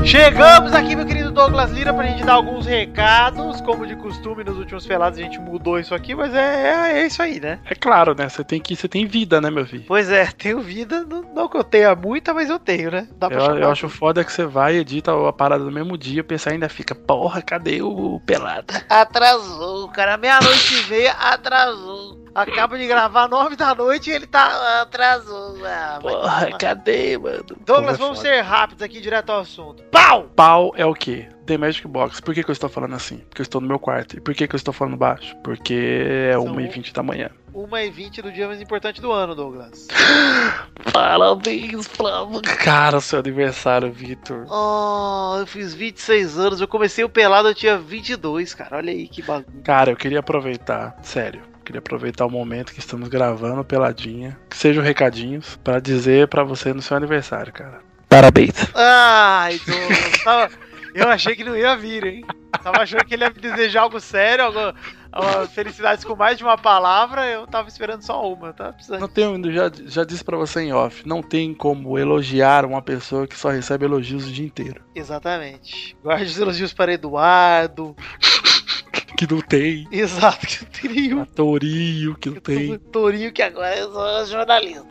Chegamos aqui, meu querido Douglas Lira, pra gente dar alguns recados. Como de costume, nos últimos pelados a gente mudou isso aqui, mas é- é, é isso aí, né? É claro, né? Você tem que, você tem vida, né, meu filho? Pois é, tenho vida, não, não que eu tenha muita, mas eu tenho, né? Dá pra Eu, chamar. eu acho foda que você vai, edita a parada no mesmo dia, o pessoal ainda fica, porra, cadê o pelada? Atrasou, cara, meia-noite e meia, atrasou. Acabo de gravar nove da noite e ele tá atrasou. Ah, vai Porra, tomar. cadê, mano? Douglas, Porra, é vamos foda. ser rápidos aqui, direto ao assunto. Pau! Pau é o quê? The Magic Box. Por que, que eu estou falando assim? Porque eu estou no meu quarto. E por que, que eu estou falando baixo? Porque é São 1h20 da manhã. 1h20 do dia mais importante do ano, Douglas. Parabéns pra Cara, seu aniversário, Vitor. Oh, eu fiz 26 anos, eu comecei o pelado, eu tinha 22, cara, olha aí que bagulho. Cara, eu queria aproveitar, sério. Queria aproveitar o momento que estamos gravando o peladinha, que sejam recadinhos, pra dizer pra você no seu aniversário, cara. Parabéns. Ai, Douglas, tava- eu achei que não ia vir, hein? Tava achando que ele ia me desejar algo sério, algo, algo- felicidades com mais de uma palavra, eu tava esperando só uma, tá Não precisando. tenho, já, já disse pra você em off, não tem como elogiar uma pessoa que só recebe elogios o dia inteiro. Exatamente. Guarde os elogios para Eduardo. Que não tem. Exato, que não tem nenhum. A Torinho, que Ah, não tem. Torinho que agora eu sou jornalista.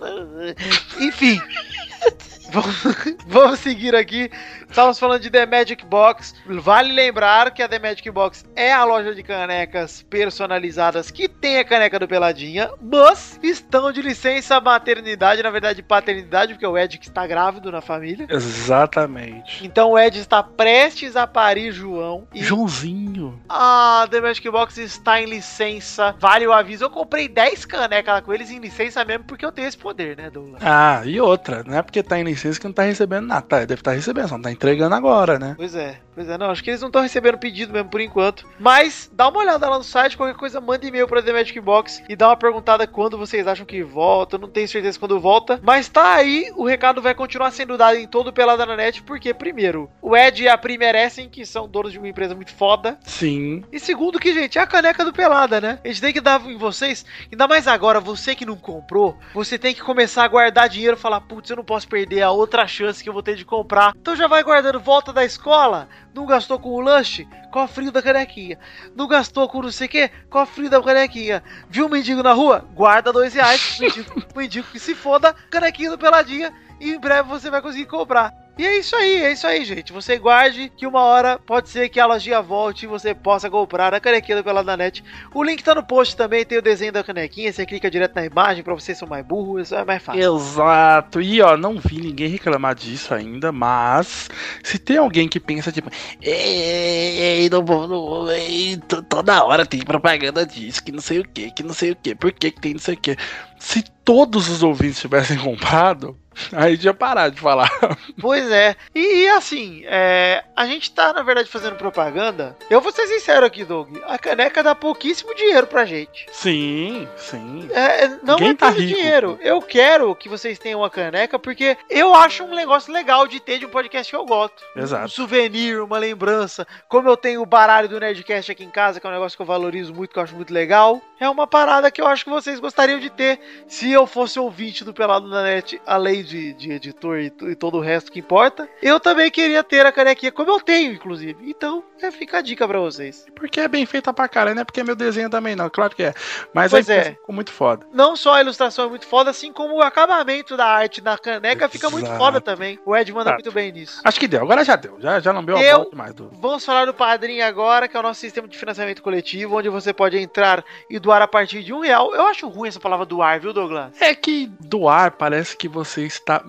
Enfim. Vamos- Vamos seguir aqui. Estamos falando de The Magic Box. Vale lembrar que a The Magic Box é a loja de canecas personalizadas que tem a caneca do Peladinha, mas estão de licença maternidade, na verdade paternidade, porque o Ed que está grávido na família. Exatamente. Então o Ed está prestes a parir João. E Joãozinho. a Ah, The Magic Box está em licença. Vale o aviso. Eu comprei 10 canecas lá com eles em licença mesmo, porque eu tenho esse poder, né, Douglas? Ah, e outra, não é porque tá em licença que não tá recebendo nada. Tá, deve estar recebendo, só não tá entregando agora, né? Pois é, pois é, não, acho que eles não estão recebendo pedido mesmo por enquanto. Mas dá uma olhada lá no site, qualquer coisa, manda e-mail pra The Magic Box e dá uma perguntada quando vocês acham que volta. Eu não tenho certeza quando volta. Mas tá aí, o recado vai continuar sendo dado em todo o Pelada na Net, porque, primeiro, o Ed e a Pri merecem, que são donos de uma empresa muito foda. Sim, E segundo que, gente, é a caneca do Pelada, né? A gente tem que dar em vocês, ainda mais agora, você que não comprou, você tem que começar a guardar dinheiro e falar, putz, eu não posso perder a outra chance que eu vou ter de comprar. Então já vai guardando, volta da escola, não gastou com o lanche, cofrinho da canequinha. Não gastou com não sei o que, cofrinho da canequinha. Viu um mendigo na rua? Guarda dois Um reais, mendigo, mendigo que se foda, canequinha do Peladinha, e em breve você vai conseguir comprar. E é isso aí, é isso aí, gente. Você guarde que uma hora pode ser que a lojinha volte e você possa comprar a canequinha do Pelada na Net. O link tá no post também, tem o desenho da canequinha. Você clica direto na imagem pra vocês são mais burros, isso é mais fácil. Exato. E ó, não vi ninguém reclamar disso ainda, mas se tem alguém que pensa tipo, Ei, ei, não vou, não vou, ei, to- toda hora tem propaganda disso, que não sei o que, que não sei o que, por que que tem não sei o que. se todos os ouvintes tivessem comprado, aí tinha parado de falar. Pois é. E, e assim, é, a gente tá, na verdade, fazendo propaganda. Eu vou ser sincero aqui, Doug. A caneca dá pouquíssimo dinheiro pra gente. Sim, sim. É, não Ninguém é tá tanto rico. dinheiro. Eu quero que vocês tenham uma caneca, porque eu acho um negócio legal de ter de um podcast que eu gosto. Um Exato. souvenir, uma lembrança. Como eu tenho o baralho do Nerdcast aqui em casa, que é um negócio que eu valorizo muito, que eu acho muito legal. É uma parada que eu acho que vocês gostariam de ter se eu fosse ouvinte do Pelado na Net, além de, de editor e, tu- e todo o resto que importa. Eu também queria ter a canequinha, como eu tenho, inclusive. Então, é, fica a dica pra vocês. Porque é bem feita pra caralho, não é porque é meu desenho também, não. Claro que é. Mas Pois aí é. pensa, ficou muito foda. Não só a ilustração é muito foda, assim como o acabamento da arte na caneca fica muito Exato. Tá. foda também. O Ed manda Exato. muito bem nisso. Acho que deu, agora já deu. Já, já lambeu a Deu. bola demais do. Vamos falar do Padrinho agora, que é o nosso sistema de financiamento coletivo, onde você pode entrar e doar a partir de um real. Eu acho ruim essa palavra doar, viu, Douglas? É que doar parece que você está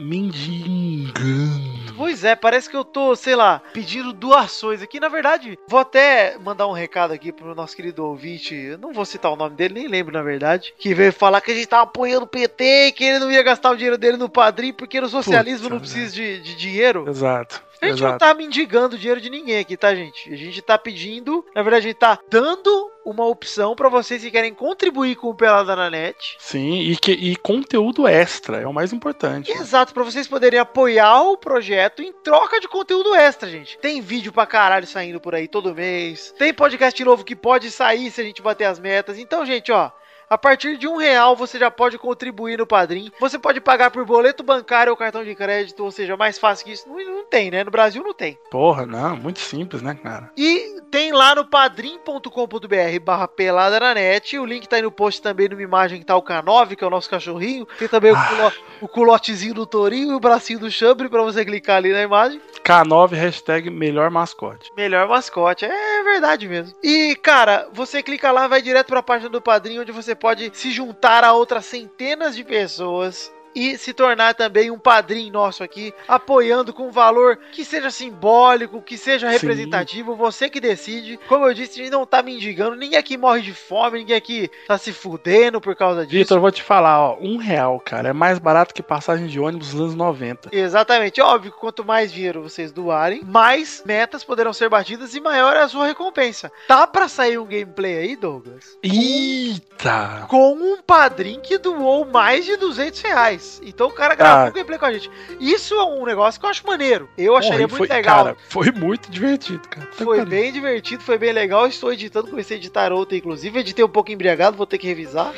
mendigando. Pois é, parece que eu tô, sei lá, pedindo doações aqui. Na verdade, vou até mandar um recado aqui pro nosso querido ouvinte. Eu não vou citar o nome dele, nem lembro, na verdade. Que veio falar que a gente tava apoiando o PT e que ele não ia gastar o dinheiro dele no padrinho, porque no socialismo Puta não precisa de, de dinheiro. Exato. A gente não exato. tá mendigando dinheiro de ninguém aqui, tá, gente? A gente tá pedindo, na verdade, a gente tá dando uma opção pra vocês que querem contribuir com o Pelada na Net. Sim, e, que, e conteúdo extra é o mais importante. Exato, pra vocês poderem apoiar o projeto em troca de conteúdo extra, gente. Tem vídeo pra caralho saindo por aí todo mês. Tem podcast novo que pode sair se a gente bater as metas. Então, gente, ó. A partir de um real você já pode contribuir no Padrim. Você pode pagar por boleto bancário ou cartão de crédito, ou seja, mais fácil que isso. Não, não tem, né? No Brasil não tem. Porra, não, muito simples, né, cara? E tem lá no padrim.com.br barra pelada na net. O link tá aí no post também numa imagem que tá o K9, que é o nosso cachorrinho. Tem também o, Ah. culo- o culotezinho do Torinho e o bracinho do Chambre pra você clicar ali na imagem. K9 hashtag melhor mascote. Melhor mascote, é verdade mesmo. E, cara, você clica lá, vai direto pra página do Padrim, onde você pode se juntar a outras centenas de pessoas e se tornar também um padrinho nosso aqui, apoiando com um valor que seja simbólico, que seja Sim. representativo, você que decide. Como eu disse, a gente não tá mendigando, ninguém aqui morre de fome, ninguém aqui tá se fudendo por causa disso. Vitor, eu vou te falar, ó, um real, cara, é mais barato que passagem de ônibus dos anos 90. Exatamente, óbvio que quanto mais dinheiro vocês doarem, mais metas poderão ser batidas e maior é a sua recompensa. Tá pra sair um gameplay aí, Douglas? Eita! Com um padrinho que doou mais de 200 reais. Então o cara gravou Ah. um gameplay com a gente. Isso é um negócio que eu acho maneiro. Eu acharia Porra, e muito foi- legal. Cara, foi muito divertido, cara. Puta foi que bem divertido, foi bem legal. Estou editando, comecei a editar ontem, inclusive. Editei um pouco embriagado, vou ter que revisar.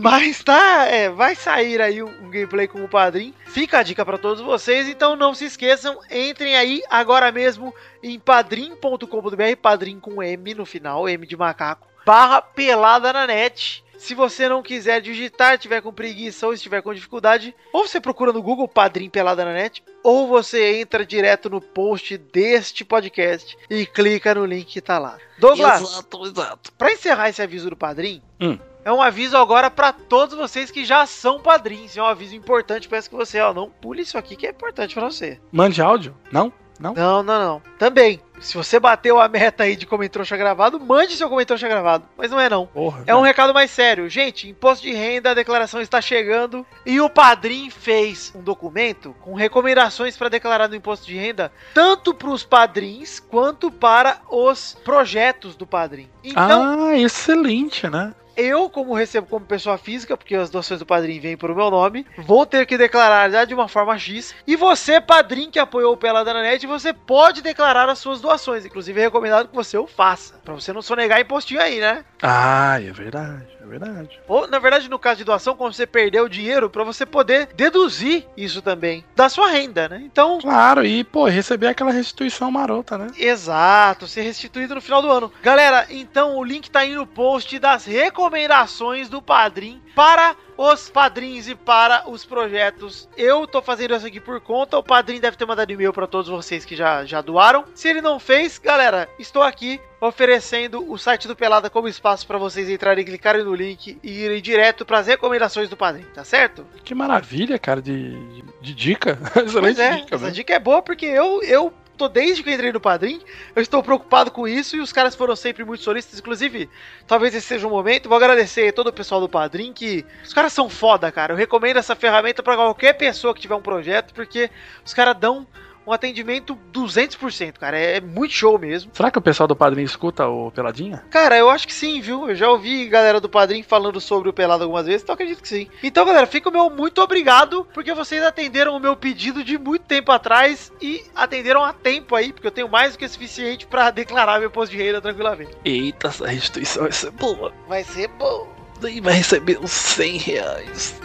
Mas tá, é, vai sair aí um, um gameplay com o padrinho. Fica a dica pra todos vocês, então não se esqueçam, entrem aí agora mesmo em padrim.com.br, padrim com M no final, M de macaco, barra pelada na net. Se você não quiser digitar, tiver com preguiça ou estiver com dificuldade, ou você procura no Google Padrim Pelada na Net, ou você entra direto no post deste podcast e clica no link que tá lá. Douglas, Exato, exato. Pra encerrar esse aviso do padrinho, Hum. é um aviso agora pra todos vocês que já são padrinhos. É um aviso importante, peço que você, ó, não pule isso aqui que é importante pra você. pariu. Mande áudio? Não? É Não, não, não. Também, se você bateu a meta aí de comentrouxa gravado, mande seu comentrouxa gravado. Mas não é não. Porra. É um recado mais sério. Gente, imposto de renda, a declaração está chegando e o Padrim fez um documento com recomendações para declarar no imposto de renda, tanto para os padrinhos quanto para os projetos do Padrim. Então, Ah, excelente, né? eu, como recebo como pessoa física, porque as doações do padrinho vêm pro meu nome, vou ter que declarar já de uma forma X. E você, padrinho que apoiou o Pelada na Net, você pode declarar as suas doações. Inclusive, é recomendado que você o faça. Pra você não sonegar impostinho aí, né? Ah, é verdade, é verdade. Ou, na verdade, no caso de doação, quando você perdeu o dinheiro, pra você poder deduzir isso também da sua renda, né? Então, Claro, e, pô, receber aquela restituição marota, né? Exato, ser restituído no final do ano. Galera, então o link tá aí no post das recomendações do Padrim para os padrinhos e para os projetos. Eu tô fazendo isso aqui por conta. O padrinho deve ter mandado e-mail para todos vocês que já, já doaram. Se ele não fez, galera, estou aqui oferecendo o site do Pelada como espaço para vocês entrarem, clicarem no link e irem direto para as recomendações do padrinho, tá certo? Que maravilha, cara, de, de dica. Pois Excelente é, dica, né? essa velho. dica é boa porque eu, eu tô desde que eu entrei no Padrim, eu estou preocupado com isso e os caras foram sempre muito solistas. Inclusive, talvez esse seja um momento, vou agradecer todo o pessoal do Padrim, que os caras são foda, cara. Eu recomendo essa ferramenta pra qualquer pessoa que tiver um projeto, porque os caras dão um atendimento 200%, cara. É, é muito show mesmo. Será que o pessoal do Padrinho escuta o Peladinha? Cara, eu acho que sim, viu? Eu já ouvi galera do Padrim falando sobre o Pelado algumas vezes, então eu acredito que sim. Então, galera, fica o meu muito obrigado, porque vocês atenderam o meu pedido de muito tempo atrás e atenderam a tempo aí, porque eu tenho mais do que suficiente pra declarar meu posto de renda tranquilamente. Eita, essa restituição vai ser boa. Vai ser bom. Daí vai receber uns 100 reais.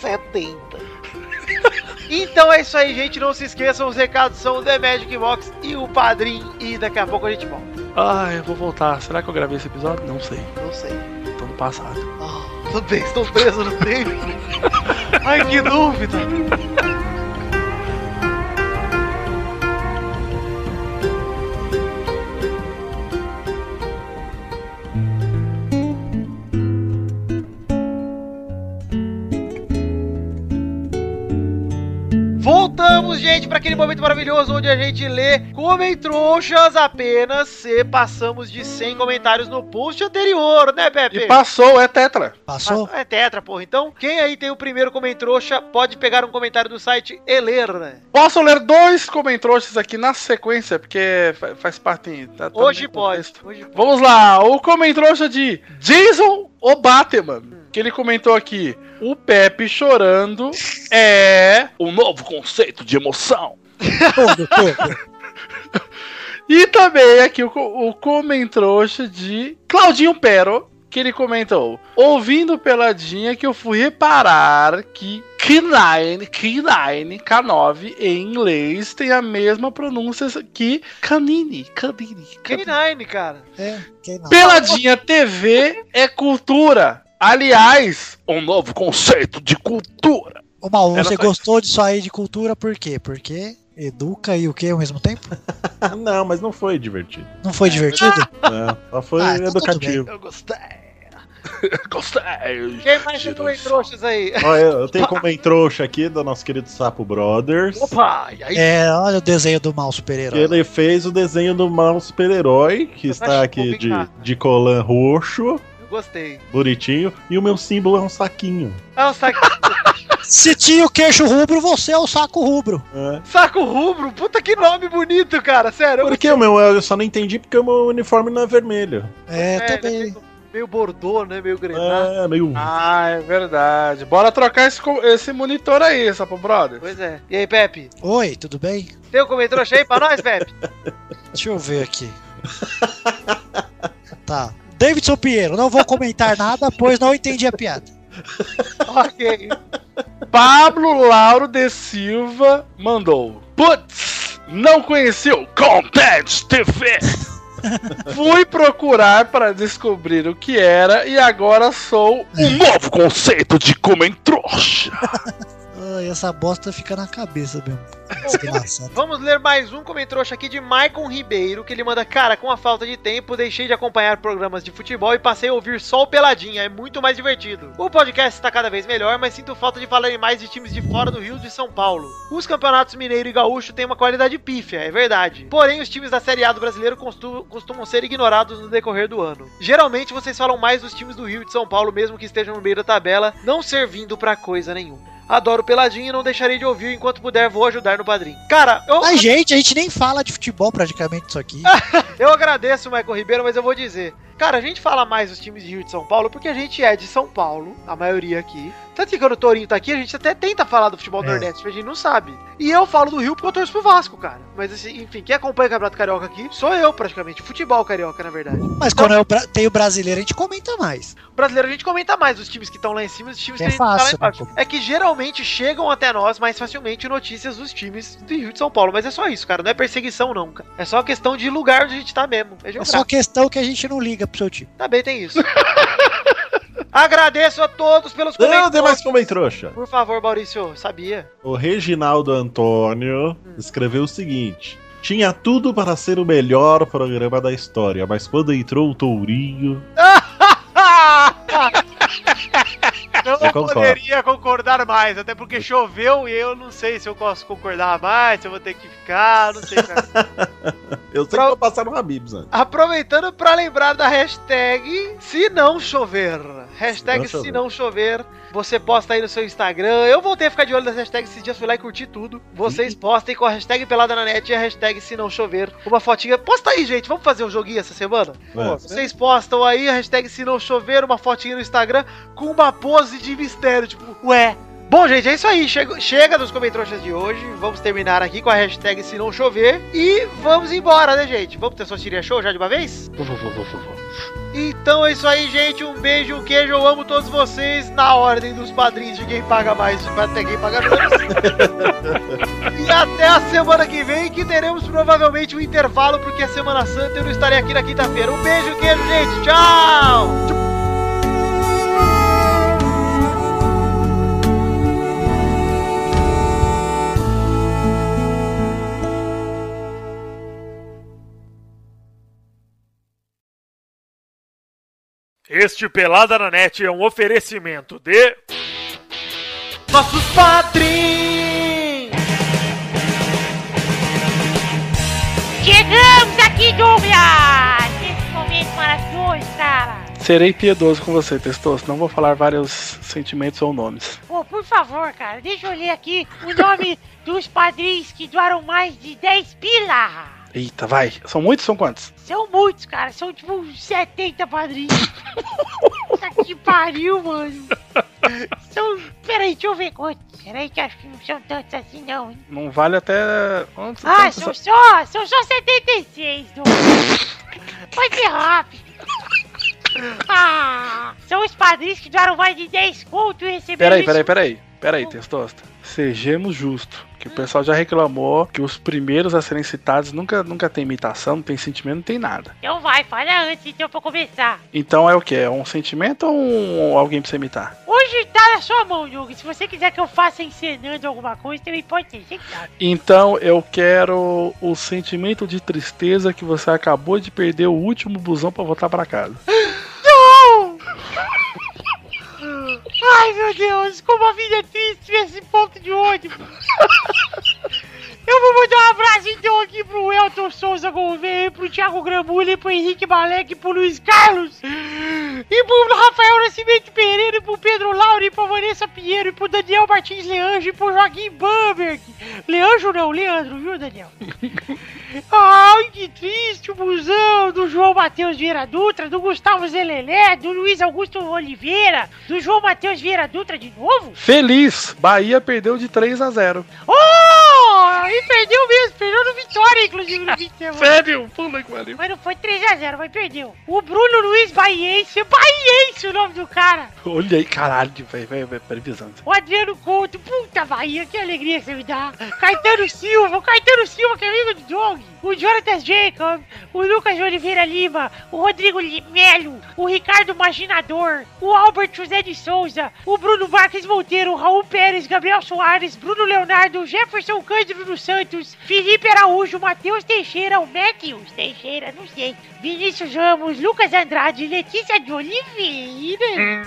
70. Então é isso aí, gente. Não se esqueçam, os recados são o The Magic Box e o Padrim. E daqui a pouco a gente volta. Ah, eu vou voltar. Será que eu gravei esse episódio? Não sei. Não sei. Tô no passado. Oh, tudo bem, estou preso no tempo. Ai, que dúvida. Voltamos, gente, para aquele momento maravilhoso onde a gente lê Comem Trouxas apenas se passamos de 100 comentários no post anterior, né, Pepe? E passou, é tetra. Passou? Ah, É tetra, porra. Então, quem aí tem o primeiro comentrouxa, pode pegar um comentário do site e ler. né? Posso ler dois comentroxas aqui na sequência, porque fa- faz parte. tá- tá Hoje no pode. contexto. Hoje pode. Vamos lá, o comentrouxa de Jason o Batman, que ele comentou aqui: o Pepe chorando é Um novo conceito de emoção. Todo, todo. E também aqui o, co- o comentrouxa de Claudinho Pero, que ele comentou. Ouvindo Peladinha que eu fui reparar que K9, K9, K9 em inglês tem a mesma pronúncia que Canini, Canini, Canini. K9, cara. É, quem não? Peladinha TV é cultura. Aliás, Um novo conceito de cultura. Ô, Mal, Era você só gostou disso aí de cultura por quê? Porque educa e o quê ao mesmo tempo? não, mas não foi divertido. Não foi divertido? É, só foi Ah, então tudo educativo. Eu gostei. Gostei. Quem mais tem Jesus. comentrouxas aí? Ó, eu, eu tenho como um trouxa aqui do nosso querido Sapo Brothers. Opa, e aí? É, olha o desenho do Mal Que super-herói. ele fez o desenho do mal super-herói, que Eu está acho aqui de, complicado. de colã roxo, Eu Gostei. bonitinho. E o meu símbolo é um saquinho. Ah, o saco, Se tinha o queixo rubro, você é o saco rubro. né? saco rubro. Puta que nome bonito, cara. Sério. eu- Por que o meu? Eu só não entendi porque o meu uniforme não é vermelho. É, é, também. meio- Meio bordô, né? Meio grenado. É meio. ah, é verdade. Bora trocar esse, co- esse monitor aí, Sapo Brother. Pois é. E aí, Pepe? Oi, tudo bem? Tem um comentrouxa aí pra nós, Pepe? Deixa eu ver aqui. Tá. Davidson Pinheiro, não vou comentar nada, pois não entendi a piada. ok. Pablo Lauro de Silva mandou. Putz, não conheci o Content TV. Fui procurar para descobrir o que era e agora sou. Um novo conceito de comem trouxa. Ai, essa bosta fica na cabeça mesmo. Desgraçado. Vamos ler mais um comentrouxa aqui de Maicon Ribeiro, que ele manda, cara, com a falta de tempo, deixei de acompanhar programas de futebol e passei a ouvir só o Peladinha, é muito mais divertido. O podcast está cada vez melhor, mas sinto falta de falarem mais de times de fora do Rio de São Paulo. Os campeonatos mineiro e gaúcho têm uma qualidade pífia, é verdade. Porém, os times da Série A do brasileiro costu- costumam ser ignorados no decorrer do ano. Geralmente, vocês falam mais dos times do Rio e de São Paulo, mesmo que estejam no meio da tabela, não servindo pra coisa nenhuma. Adoro Peladinha e não deixarei de ouvir enquanto puder, vou ajudar no padrinho. Cara, eu, A gente, a gente nem fala de futebol praticamente isso aqui. eu agradeço o Michael Ribeiro, mas eu vou dizer. Cara, a gente fala mais dos times de Rio de São Paulo porque a gente é de São Paulo, a maioria aqui. Tanto que quando o Torinho tá aqui, a gente até tenta falar do futebol É. nordeste, mas a gente não sabe. E eu falo do Rio porque eu torço pro Vasco, cara. Mas assim, enfim, quem acompanha o Campeonato Carioca aqui sou eu, praticamente. Futebol carioca, na verdade. Mas quando é o bra- tem o brasileiro, a gente comenta mais. brasileiro a gente comenta mais os times que estão lá em cima e os times que, Que é a gente tá lá fácil, embaixo. né? É que geralmente chegam até nós mais facilmente notícias dos times do Rio de São Paulo. Mas é só isso, cara. Não é perseguição, não, cara. É só questão de lugar onde a gente tá mesmo. É Tá É geográfico. só questão que a gente não liga pro seu time. Também tem isso. Agradeço a todos pelos Não, tem comentários. mais como trouxa. Por favor, Maurício, sabia? O Reginaldo Antônio Hum. escreveu o seguinte: Tinha tudo para ser o melhor programa da história, mas quando entrou o Tourinho. Não Eu concordo. poderia concordar mais, até porque choveu e eu não sei se eu posso concordar mais, se eu vou ter que ficar, não sei. Eu sei que vou passar no Habibs antes. Aproveitando pra lembrar da hashtag se não chover. Hashtag Se não se não chover. Você posta aí no seu Instagram. Eu voltei a ficar de olho nas hashtags esses dias, fui lá e curti tudo. Vocês postem com a hashtag pelada na net e a hashtag se não chover. Uma fotinha. Posta aí, gente. Vamos fazer um joguinho essa semana? É. Vocês postam aí a hashtag se não chover, uma fotinha no Instagram com uma pose de mistério. Tipo, ué. Bom, gente, é isso aí. Chega, chega dos comentroxas de hoje. Vamos terminar aqui com a hashtag se não chover. E vamos embora, né, gente? Vamos ter Sotiria Show já de uma vez? Vou, vou, vou, vou, vou. Então é isso aí, gente. Um beijo, um queijo. Eu amo todos vocês. Na ordem dos padrinhos de quem paga mais até quem paga menos. e até a semana que vem, que teremos provavelmente um intervalo, porque é Semana Santa e eu não estarei aqui na quinta-feira. Um beijo, queijo, gente. Tchau! Este Pelada na Net é um oferecimento de. Nossos padrinhos! Chegamos aqui, Douglas! Nesse momento maravilhoso, cara! Serei piedoso com você, Testoso. Não vou falar vários sentimentos ou nomes. Pô, por favor, cara, deixa eu ler aqui o nome dos padrinhos que doaram mais de 10 pila! Eita, vai. São muitos? São quantos? São muitos, cara. São tipo uns 70 padrinhos. Puta que pariu, mano. São. Peraí, deixa eu ver quantos. Peraí, que acho que não são tantos assim, não, hein? Não vale até. Quantos? Ah, Quantos? são só. São só 76, não. Vai ser rápido. Ah, são os padrinhos que doaram mais de 10 conto e receberam. Peraí, isso- peraí, peraí. Peraí, Testosta. Sejamos justos. Que o pessoal já reclamou que os primeiros a serem citados nunca, nunca tem imitação, não tem sentimento, não tem nada. Então vai, fala antes então pra começar. Então é o que? É um sentimento ou um- alguém pra você imitar? Hoje tá na sua mão, Doug. Se você quiser que eu faça encenando alguma coisa, também pode ser. Você que sabe. Então eu quero o sentimento de tristeza que você acabou de perder o último busão pra voltar pra casa. Ai meu Deus, como a vida é triste nesse ponto de ônibus. Eu vou mandar um abraço então aqui pro Elton Souza Gouveia, pro Thiago Gramulha, pro Henrique Malek, pro Luiz Carlos, e pro Rafael Nascimento Pereira, e pro Pedro Lauro, e pro Vanessa Pinheiro, e pro Daniel Martins Leanjo, e pro Joaquim Bamberg. Leanjo não, Leandro, viu, Daniel? Ai, que triste o busão do João Matheus Vieira Dutra, do Gustavo Zelelé, do Luiz Augusto Oliveira, do João Matheus Vieira Dutra de novo? Feliz! Bahia perdeu de 3 a 0. Oh! E perdeu mesmo, perdeu no Vitória, inclusive, no fim de semana. Sério? Pula que pariu. Mas não foi 3x0, mas perdeu. O Bruno Luiz Baiense, Baiense o nome do cara. Olha aí, caralho, velho, velho, velho, previsão. O Adriano Couto, puta Bahia, que alegria que você me dá. Caetano Silva, o Caetano Silva que é amigo de Dog. O Jonathan Jacob, o Lucas de Oliveira Lima, o Rodrigo Li- Melo, o Ricardo Maginador, o Albert José de Souza, o Bruno Marques Monteiro, o Raul Pérez, Gabriel Soares, Bruno Leonardo, Jefferson Cândido dos Santos, Felipe Araújo, Matheus Teixeira, o Matheus Teixeira, não sei, Vinícius Ramos, Lucas Andrade, Letícia de Oliveira.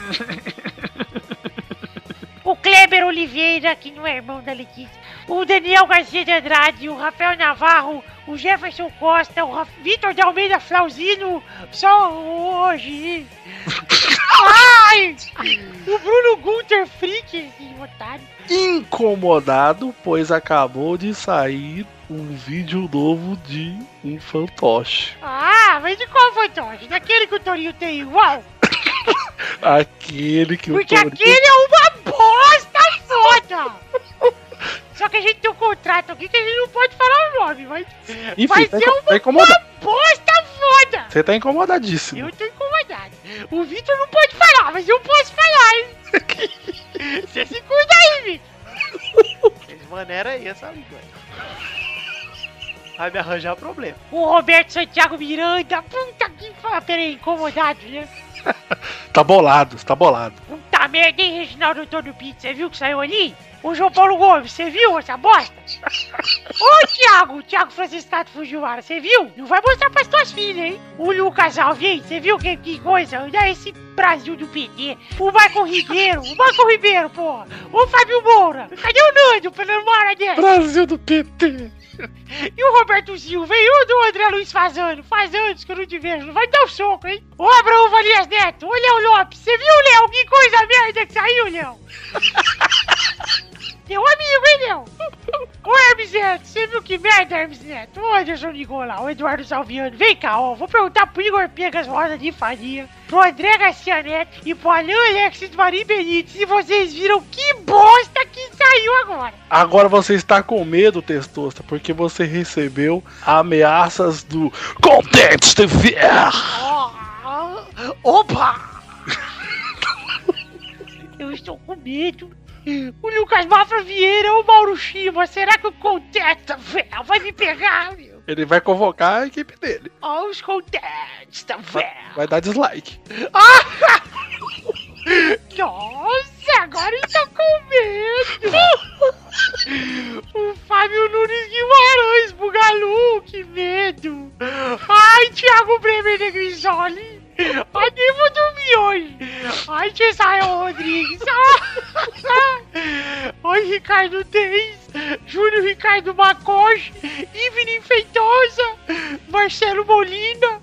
O Kleber Oliveira, que não é irmão da Letícia. O Daniel Garcia de Andrade, o Rafael Navarro, o Jefferson Costa, o Ra- Vitor de Almeida Flauzino, só hoje. Ai! O Bruno Gunter Frick, esse otário. Incomodado, pois acabou de sair um vídeo novo de um fantoche. Ah, mas de qual fantoche? Daquele que o Torinho tem igual? Aquele que Porque o Torinho- aquele é uma bosta foda! Só que a gente tem um contrato aqui que a gente não pode falar o nome, mas Enfim, vai tá, ser inco- um uma tá incomodado. bosta foda! Você tá incomodadíssimo. Eu tô incomodado. O Vitor não pode falar, mas eu posso falar, hein? Você se cuida aí, Vitor. Vocês maneira aí essa língua. Vai me arranjar problema. O Roberto Santiago Miranda, puta que fa- Peraí, incomodado, né? Tá bolado, tá bolado. Puta merda, hein, Reginaldo Todo Pinto? Você viu que saiu ali? O João Paulo Gomes, você viu essa bosta? Ô, Thiago, o Thiago Franciscato Fujiwara, você viu? Não vai mostrar pras tuas filhas, hein? O Lucas Alves, você viu que, que coisa? Olha esse Brasil do PT. O Marco Ribeiro, o Marco Ribeiro, porra. O Fábio Moura. Cadê o Nando, pela hora dessa? Brasil do PT. E o Roberto Silva, hein? E o do André Luiz Fazano? Faz anos que eu não te vejo. Não vai dar um soco, hein? Ô, Abraão Valias Neto, ô, Léo Lopes. Você viu, Léo? Que coisa merda que saiu, Léo. Teu amigo, hein, Léo? Ô, Hermes Neto, você viu que merda, Hermes Neto? Ô, Anderson Nicolau, ô, Eduardo Salviano. Vem cá, ó. Vou perguntar pro Igor Pegas Rosa de Faria, pro André Garcia Neto e pro Alain Alexis Marim Benítez. Se vocês viram que bosta que saiu agora. Agora você está com medo, Testosta, porque você recebeu ameaças do Content TV. Ó, Opa! Eu estou com medo. O Lucas Mafra Vieira ou o Mauro Shiva, será que o Contesta, velho, vai me pegar, meu? Ele vai convocar a equipe dele. Ó, os Contesta, velho. Vai dar dislike. Nossa, agora eu estou com medo. O Fábio Nunes Guimarães, Bugalu, que medo. Ai, Thiago Bremer de Grisoli. Ai, nem vou dormir hoje. Ai, Cesaio Rodrigues. Ah. Oi, Ricardo Teis. Júlio Ricardo Macoche. Ivne Feitosa. Marcelo Molina.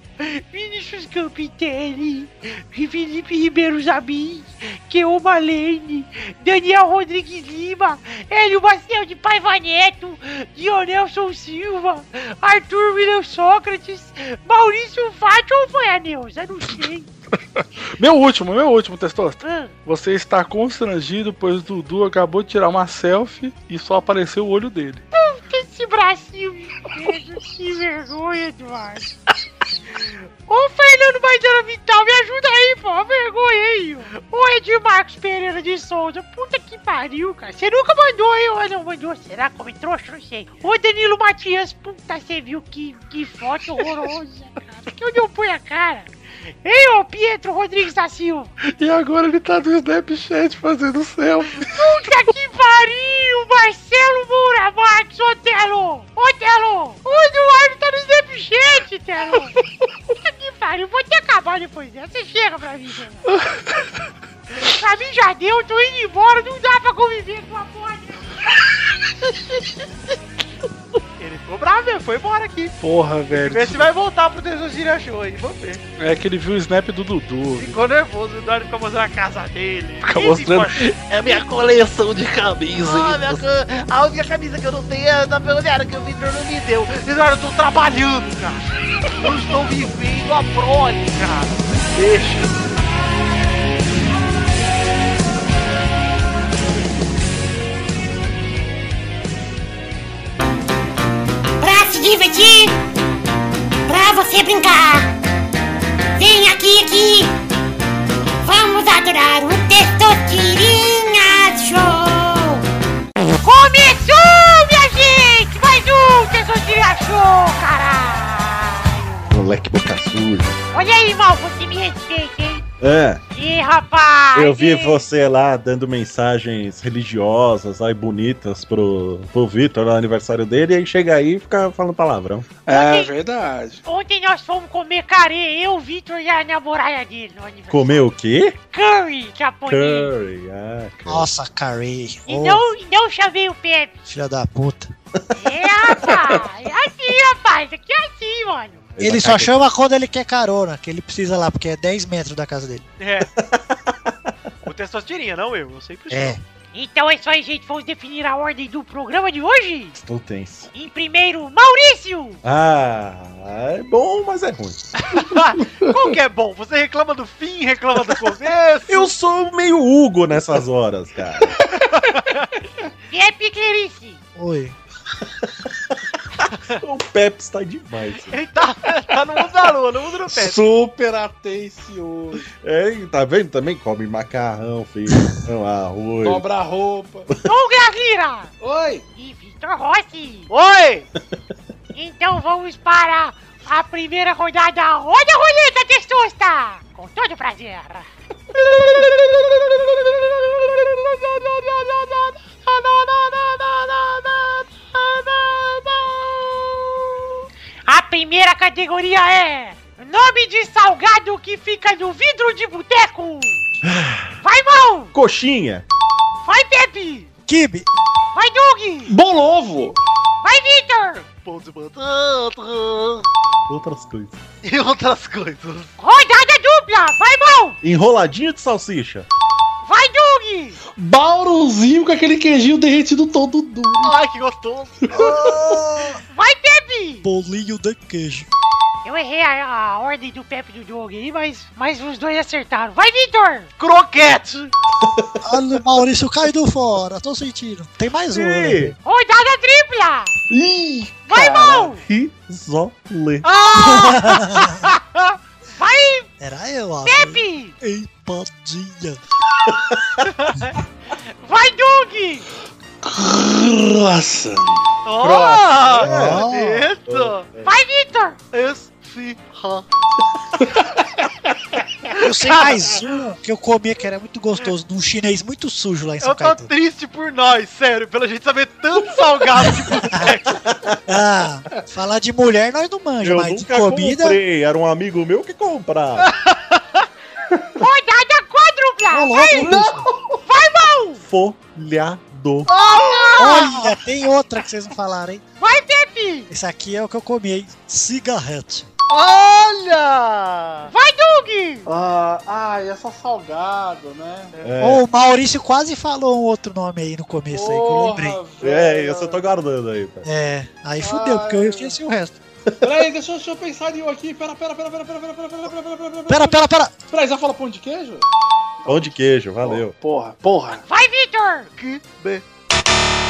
Vinícius Campitelli. Felipe Ribeiro Zabim. Keoma Lane. Daniel Rodrigues Lima. Hélio Marcel de Paiva Neto. Dionelson Silva. Arthur William Sócrates. Maurício Fátio ou foi a Neuza? Não sei. Meu último, meu último, Testosta. Ah. Você está constrangido, pois o Dudu acabou de tirar uma selfie e só apareceu o olho dele. Que esse bracinho inteiro, que vergonha, Eduardo. Ô Fernando Maidana Vital, me ajuda aí, pô, uma vergonha aí. Ô Edmarcos Pereira de Souza, puta que pariu, cara. Você nunca mandou, hein? Ou não mandou, será? Como trouxa, não sei. Ô Danilo Matias, puta, você viu que, que foto horrorosa, cara. Que eu não ponho a cara. Ei, ô Pietro Rodrigues da Silva. E agora ele tá no Snapchat fazendo selfie. Puta que pariu, Marcelo Moura Max, ô Telo! Ô Telo! O Eduardo tá no Snapchat, Telo! Puta que pariu, vou te acabar depois dessa, você chega pra mim, Telo! Pra mim já deu, tô indo embora, não dá pra conviver com a porra dessa. Ele ficou bravo, ele foi embora aqui. Porra, velho. Vê se vai voltar pro Desosira Show aí, vamos ver. É que ele viu o snap do Dudu. Ficou nervoso, o Eduardo ficou mostrando a casa dele. Fica Ih, mostrando. É minha coleção de camisas. Ah, minha ca- a única camisa que eu não tenho é da Peoneira que o Vitor não me deu. Eduardo, eu tô trabalhando, cara. Eu estou vivendo a prole, cara. Deixa. pra se divertir, pra você brincar. Vem aqui, aqui, vamos adorar o Testosterinha Show. Começou, minha gente! Mais um Tessotiria Show, caralho! Moleque boca suja. Olha aí, mal, você me respeita, hein? É, Ih, rapaz! eu vi ih. você lá dando mensagens religiosas aí bonitas pro, pro Vitor no aniversário dele, e aí chega aí e fica falando palavrão. É verdade. Ontem nós fomos comer carê, eu, o Vitor e a namorada dele no aniversário. Comeu o quê? Curry japonês. Curry, ah, curry. Nossa, Carey. E Ô, não, e não chamei o Pepe. Filha da puta. É, rapaz. É assim, rapaz. Aqui é assim, mano. Ele só chama quando ele quer carona, que ele precisa lá, porque é 10 metros da casa dele. É. O Testostirinha, não eu, eu sei por É. Então é isso aí, gente. Vamos definir a ordem do programa de hoje. Estou tenso. Em primeiro, Maurício. Ah, é bom, mas é ruim. Qual que é bom? Você reclama do fim, reclama do começo. Eu sou meio Hugo nessas horas, cara. Pepe Clarice. Oi. o Pepe está demais. Ele tá, tá no mundo da lua, no mundo do pé. Super atencioso. É, e tá vendo também? Come macarrão, feijão, arroz. Dobra a roupa. Douglas Lira. Oi. E Vitor Rossi. Oi! Então vamos para a primeira rodada. Olha a roleta, testosta. Com todo prazer. A primeira categoria é nome de salgado que fica no vidro de boteco. Vai, mão! Coxinha. Vai, Pepe! Kibe, Vai, Doug! Bom ovo! Vai, Victor! Pão de batata Outras coisas. e outras coisas. Rodada dupla! Vai, mão! Enroladinha de salsicha. Vai, Doug! Bauruzinho com aquele queijinho derretido todo duro. Ai, que gostoso. Vai, Pepe! bolinho de queijo. Eu errei a, a ordem do Pepe e do Doug aí, mas, mas os dois acertaram. Vai, Victor! Croquete. Olha o Maurício caindo fora, tô sentindo. Tem mais um. né? Ih, Rodada tripla! ih, Vai, mão! Risolé. Ah, Vai, Era eu, ó. Pepe! Empadinha. Vai, Doug! Nossa. Oh, É. isso! Vai, Victor! Esfirra. Eu sei mais um que eu comia que era muito gostoso, de um chinês muito sujo lá em São Eu tô Caetano. triste por nós, sério, pela gente saber tanto salgado de boteco. Ah, falar de mulher nós não Eu manjamos, mas de nunca comida. Ah. comprei, era um amigo meu que comprava. Rodada Ô, quádrupla! louco, Folhado. Olha, tem outra que vocês não falaram, hein? Vai, Pepe! Esse aqui é o que eu comi, hein? Cigarrete. Olha! Vai, Doug! Ah, ai, é só salgado, né? É, Ô, o Maurício quase falou um outro nome aí no começo aí, que eu lembrei. é, esse eu tô guardando aí, cara. É, aí fudeu, porque eu Ai. esqueci o resto. Peraí, deixa, eu- deixa eu pensar em um aqui. Pera, pera, pera, pera, pera, pera, pera, pera, pera, pera, pera, pera. Pera, pera, pera! Peraí, já fala pão de queijo? Pão de queijo, valeu. Porra, porra. Vai, Victor! Que be...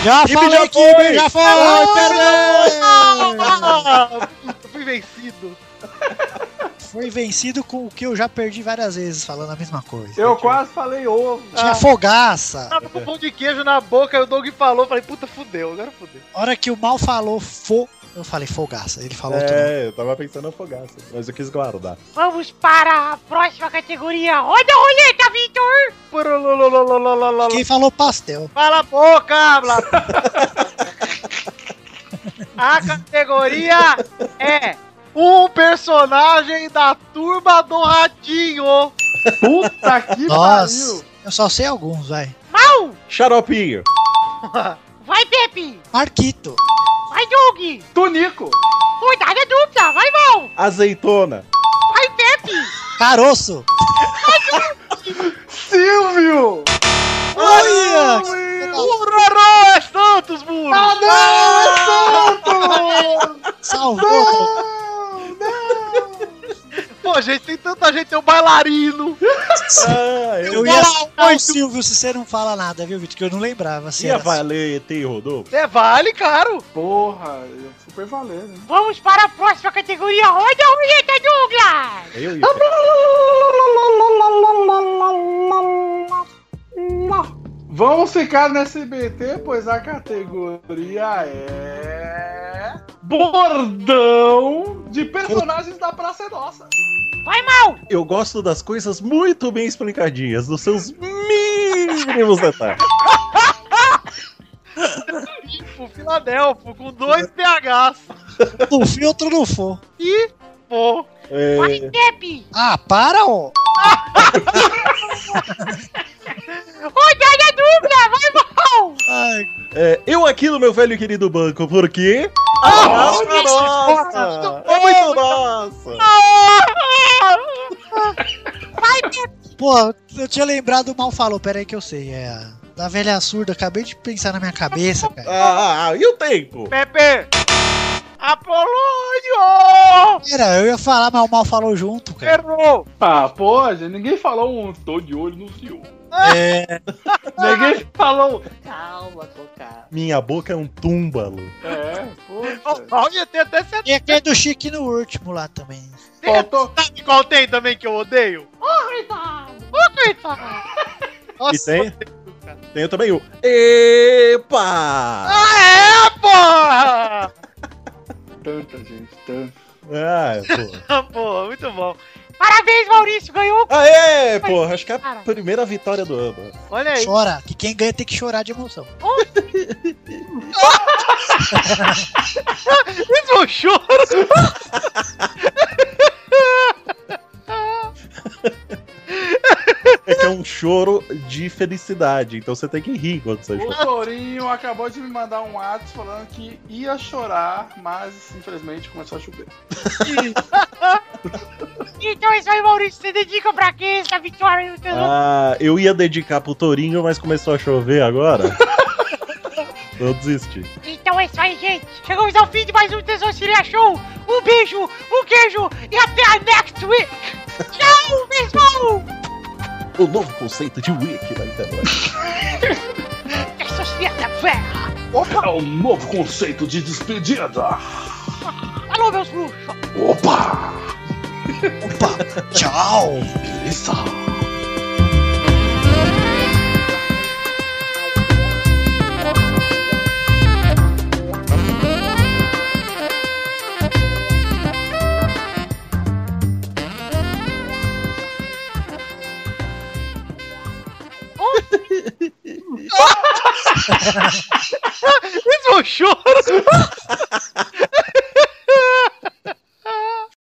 Já Kibe falei já aqui, foi. já falei, pera! Ah, eu fui vencido. Foi vencido com o que eu já perdi várias vezes falando a mesma coisa. quase falei ovo. Ah. Tinha fogaça. Tava com pão de queijo na boca, aí o Doug falou, falei, puta, fudeu, agora fudeu. A hora que o mal falou fo... Eu falei fogaça, ele falou outro nome. É, eu tava pensando em fogaça, mas eu quis guardar. Vamos para a próxima categoria. Roda a roleta, Victor! Purulululululululul. Quem falou pastel? Fala a boca, Blá. A categoria é um personagem da turma do ratinho. Puta que Nossa, pariu. eu só sei alguns, vai. Mal! Xaropinho. Vai, Pepe! Marquito. Vai, Doug! Tonico. Rodada dupla! Vai, Mal! Azeitona. Vai, Pepe! Caroço. Silvio. Olha! é Urará, Santos, burro! Ah, Salvou. Pô, gente, tem tanta gente, tem um bailarino. Ah, eu Eu ia falar o Silvio se você não fala nada, viu, Vitor? Que eu não lembrava. Se ia era valer ET e Rodolfo. É, vale, claro. Porra, eu super valendo. hein? Vamos para a próxima categoria. Roda a roleta, Douglas! Eu ia. Vamos ficar no SBT, pois a categoria é. Bordão de personagens da Praça é Nossa. Vai, Mal! Eu gosto das coisas muito bem explicadinhas, dos seus mínimos detalhes. O Filadelfo, com dois PHs. um filtro no for. E, pô, Vai, É, Pepe! Ah, para, ó. Rodada dupla! Vai, Mal! Ai, é, eu aqui no meu velho e querido banco, porque. Ah, é nossa! É muito nossa! Vai, Pepe! pô, eu tinha lembrado o mal falou. Pera aí que eu sei. É a da velha surda. Acabei de pensar na minha cabeça, cara. Ah, ah, ah, e o tempo? Pepe! Apolônio! Pera, eu ia falar, mas o mal falou junto, cara. Errou! Ah, pode, ninguém falou um tô de olho no Zio. É, Ninguém falou. Minha boca é um túmbalo. É, Ó, poxa. Olha, tem até certeza. e aquele do Chique no último lá também. Faltou. Sabe qual tem também que eu odeio? E tem? Tem também um. o. Epa! Ah, é, porra! Tanta gente, tanta. Ah, pô. Pô, muito bom. Parabéns, Maurício, ganhou. Aê, porra, acho que é a primeira vitória do ano. Olha aí. Chora, que quem ganha tem que chorar de emoção. Isso é um choro. É que é um choro de felicidade, então você tem que rir quando você chora. O Torinho acabou de me mandar um ato falando que ia chorar, mas infelizmente começou a chover. Então é isso aí, Maurício. Você dedica pra quem essa vitória do Telu? Ah, eu ia dedicar pro Torinho, mas começou a chover agora. Eu desisti. Então é isso aí, gente. Chegamos ao fim de mais um Tesourinha Show. Um beijo, um queijo e até a next week. Tchau, pessoal. O novo conceito de Wiki na internet. Tesourinha da Fé. É um novo conceito de despedida. Alô, meus bruxos. Opa! Opa, tchau! Beleza! Isso é um choro.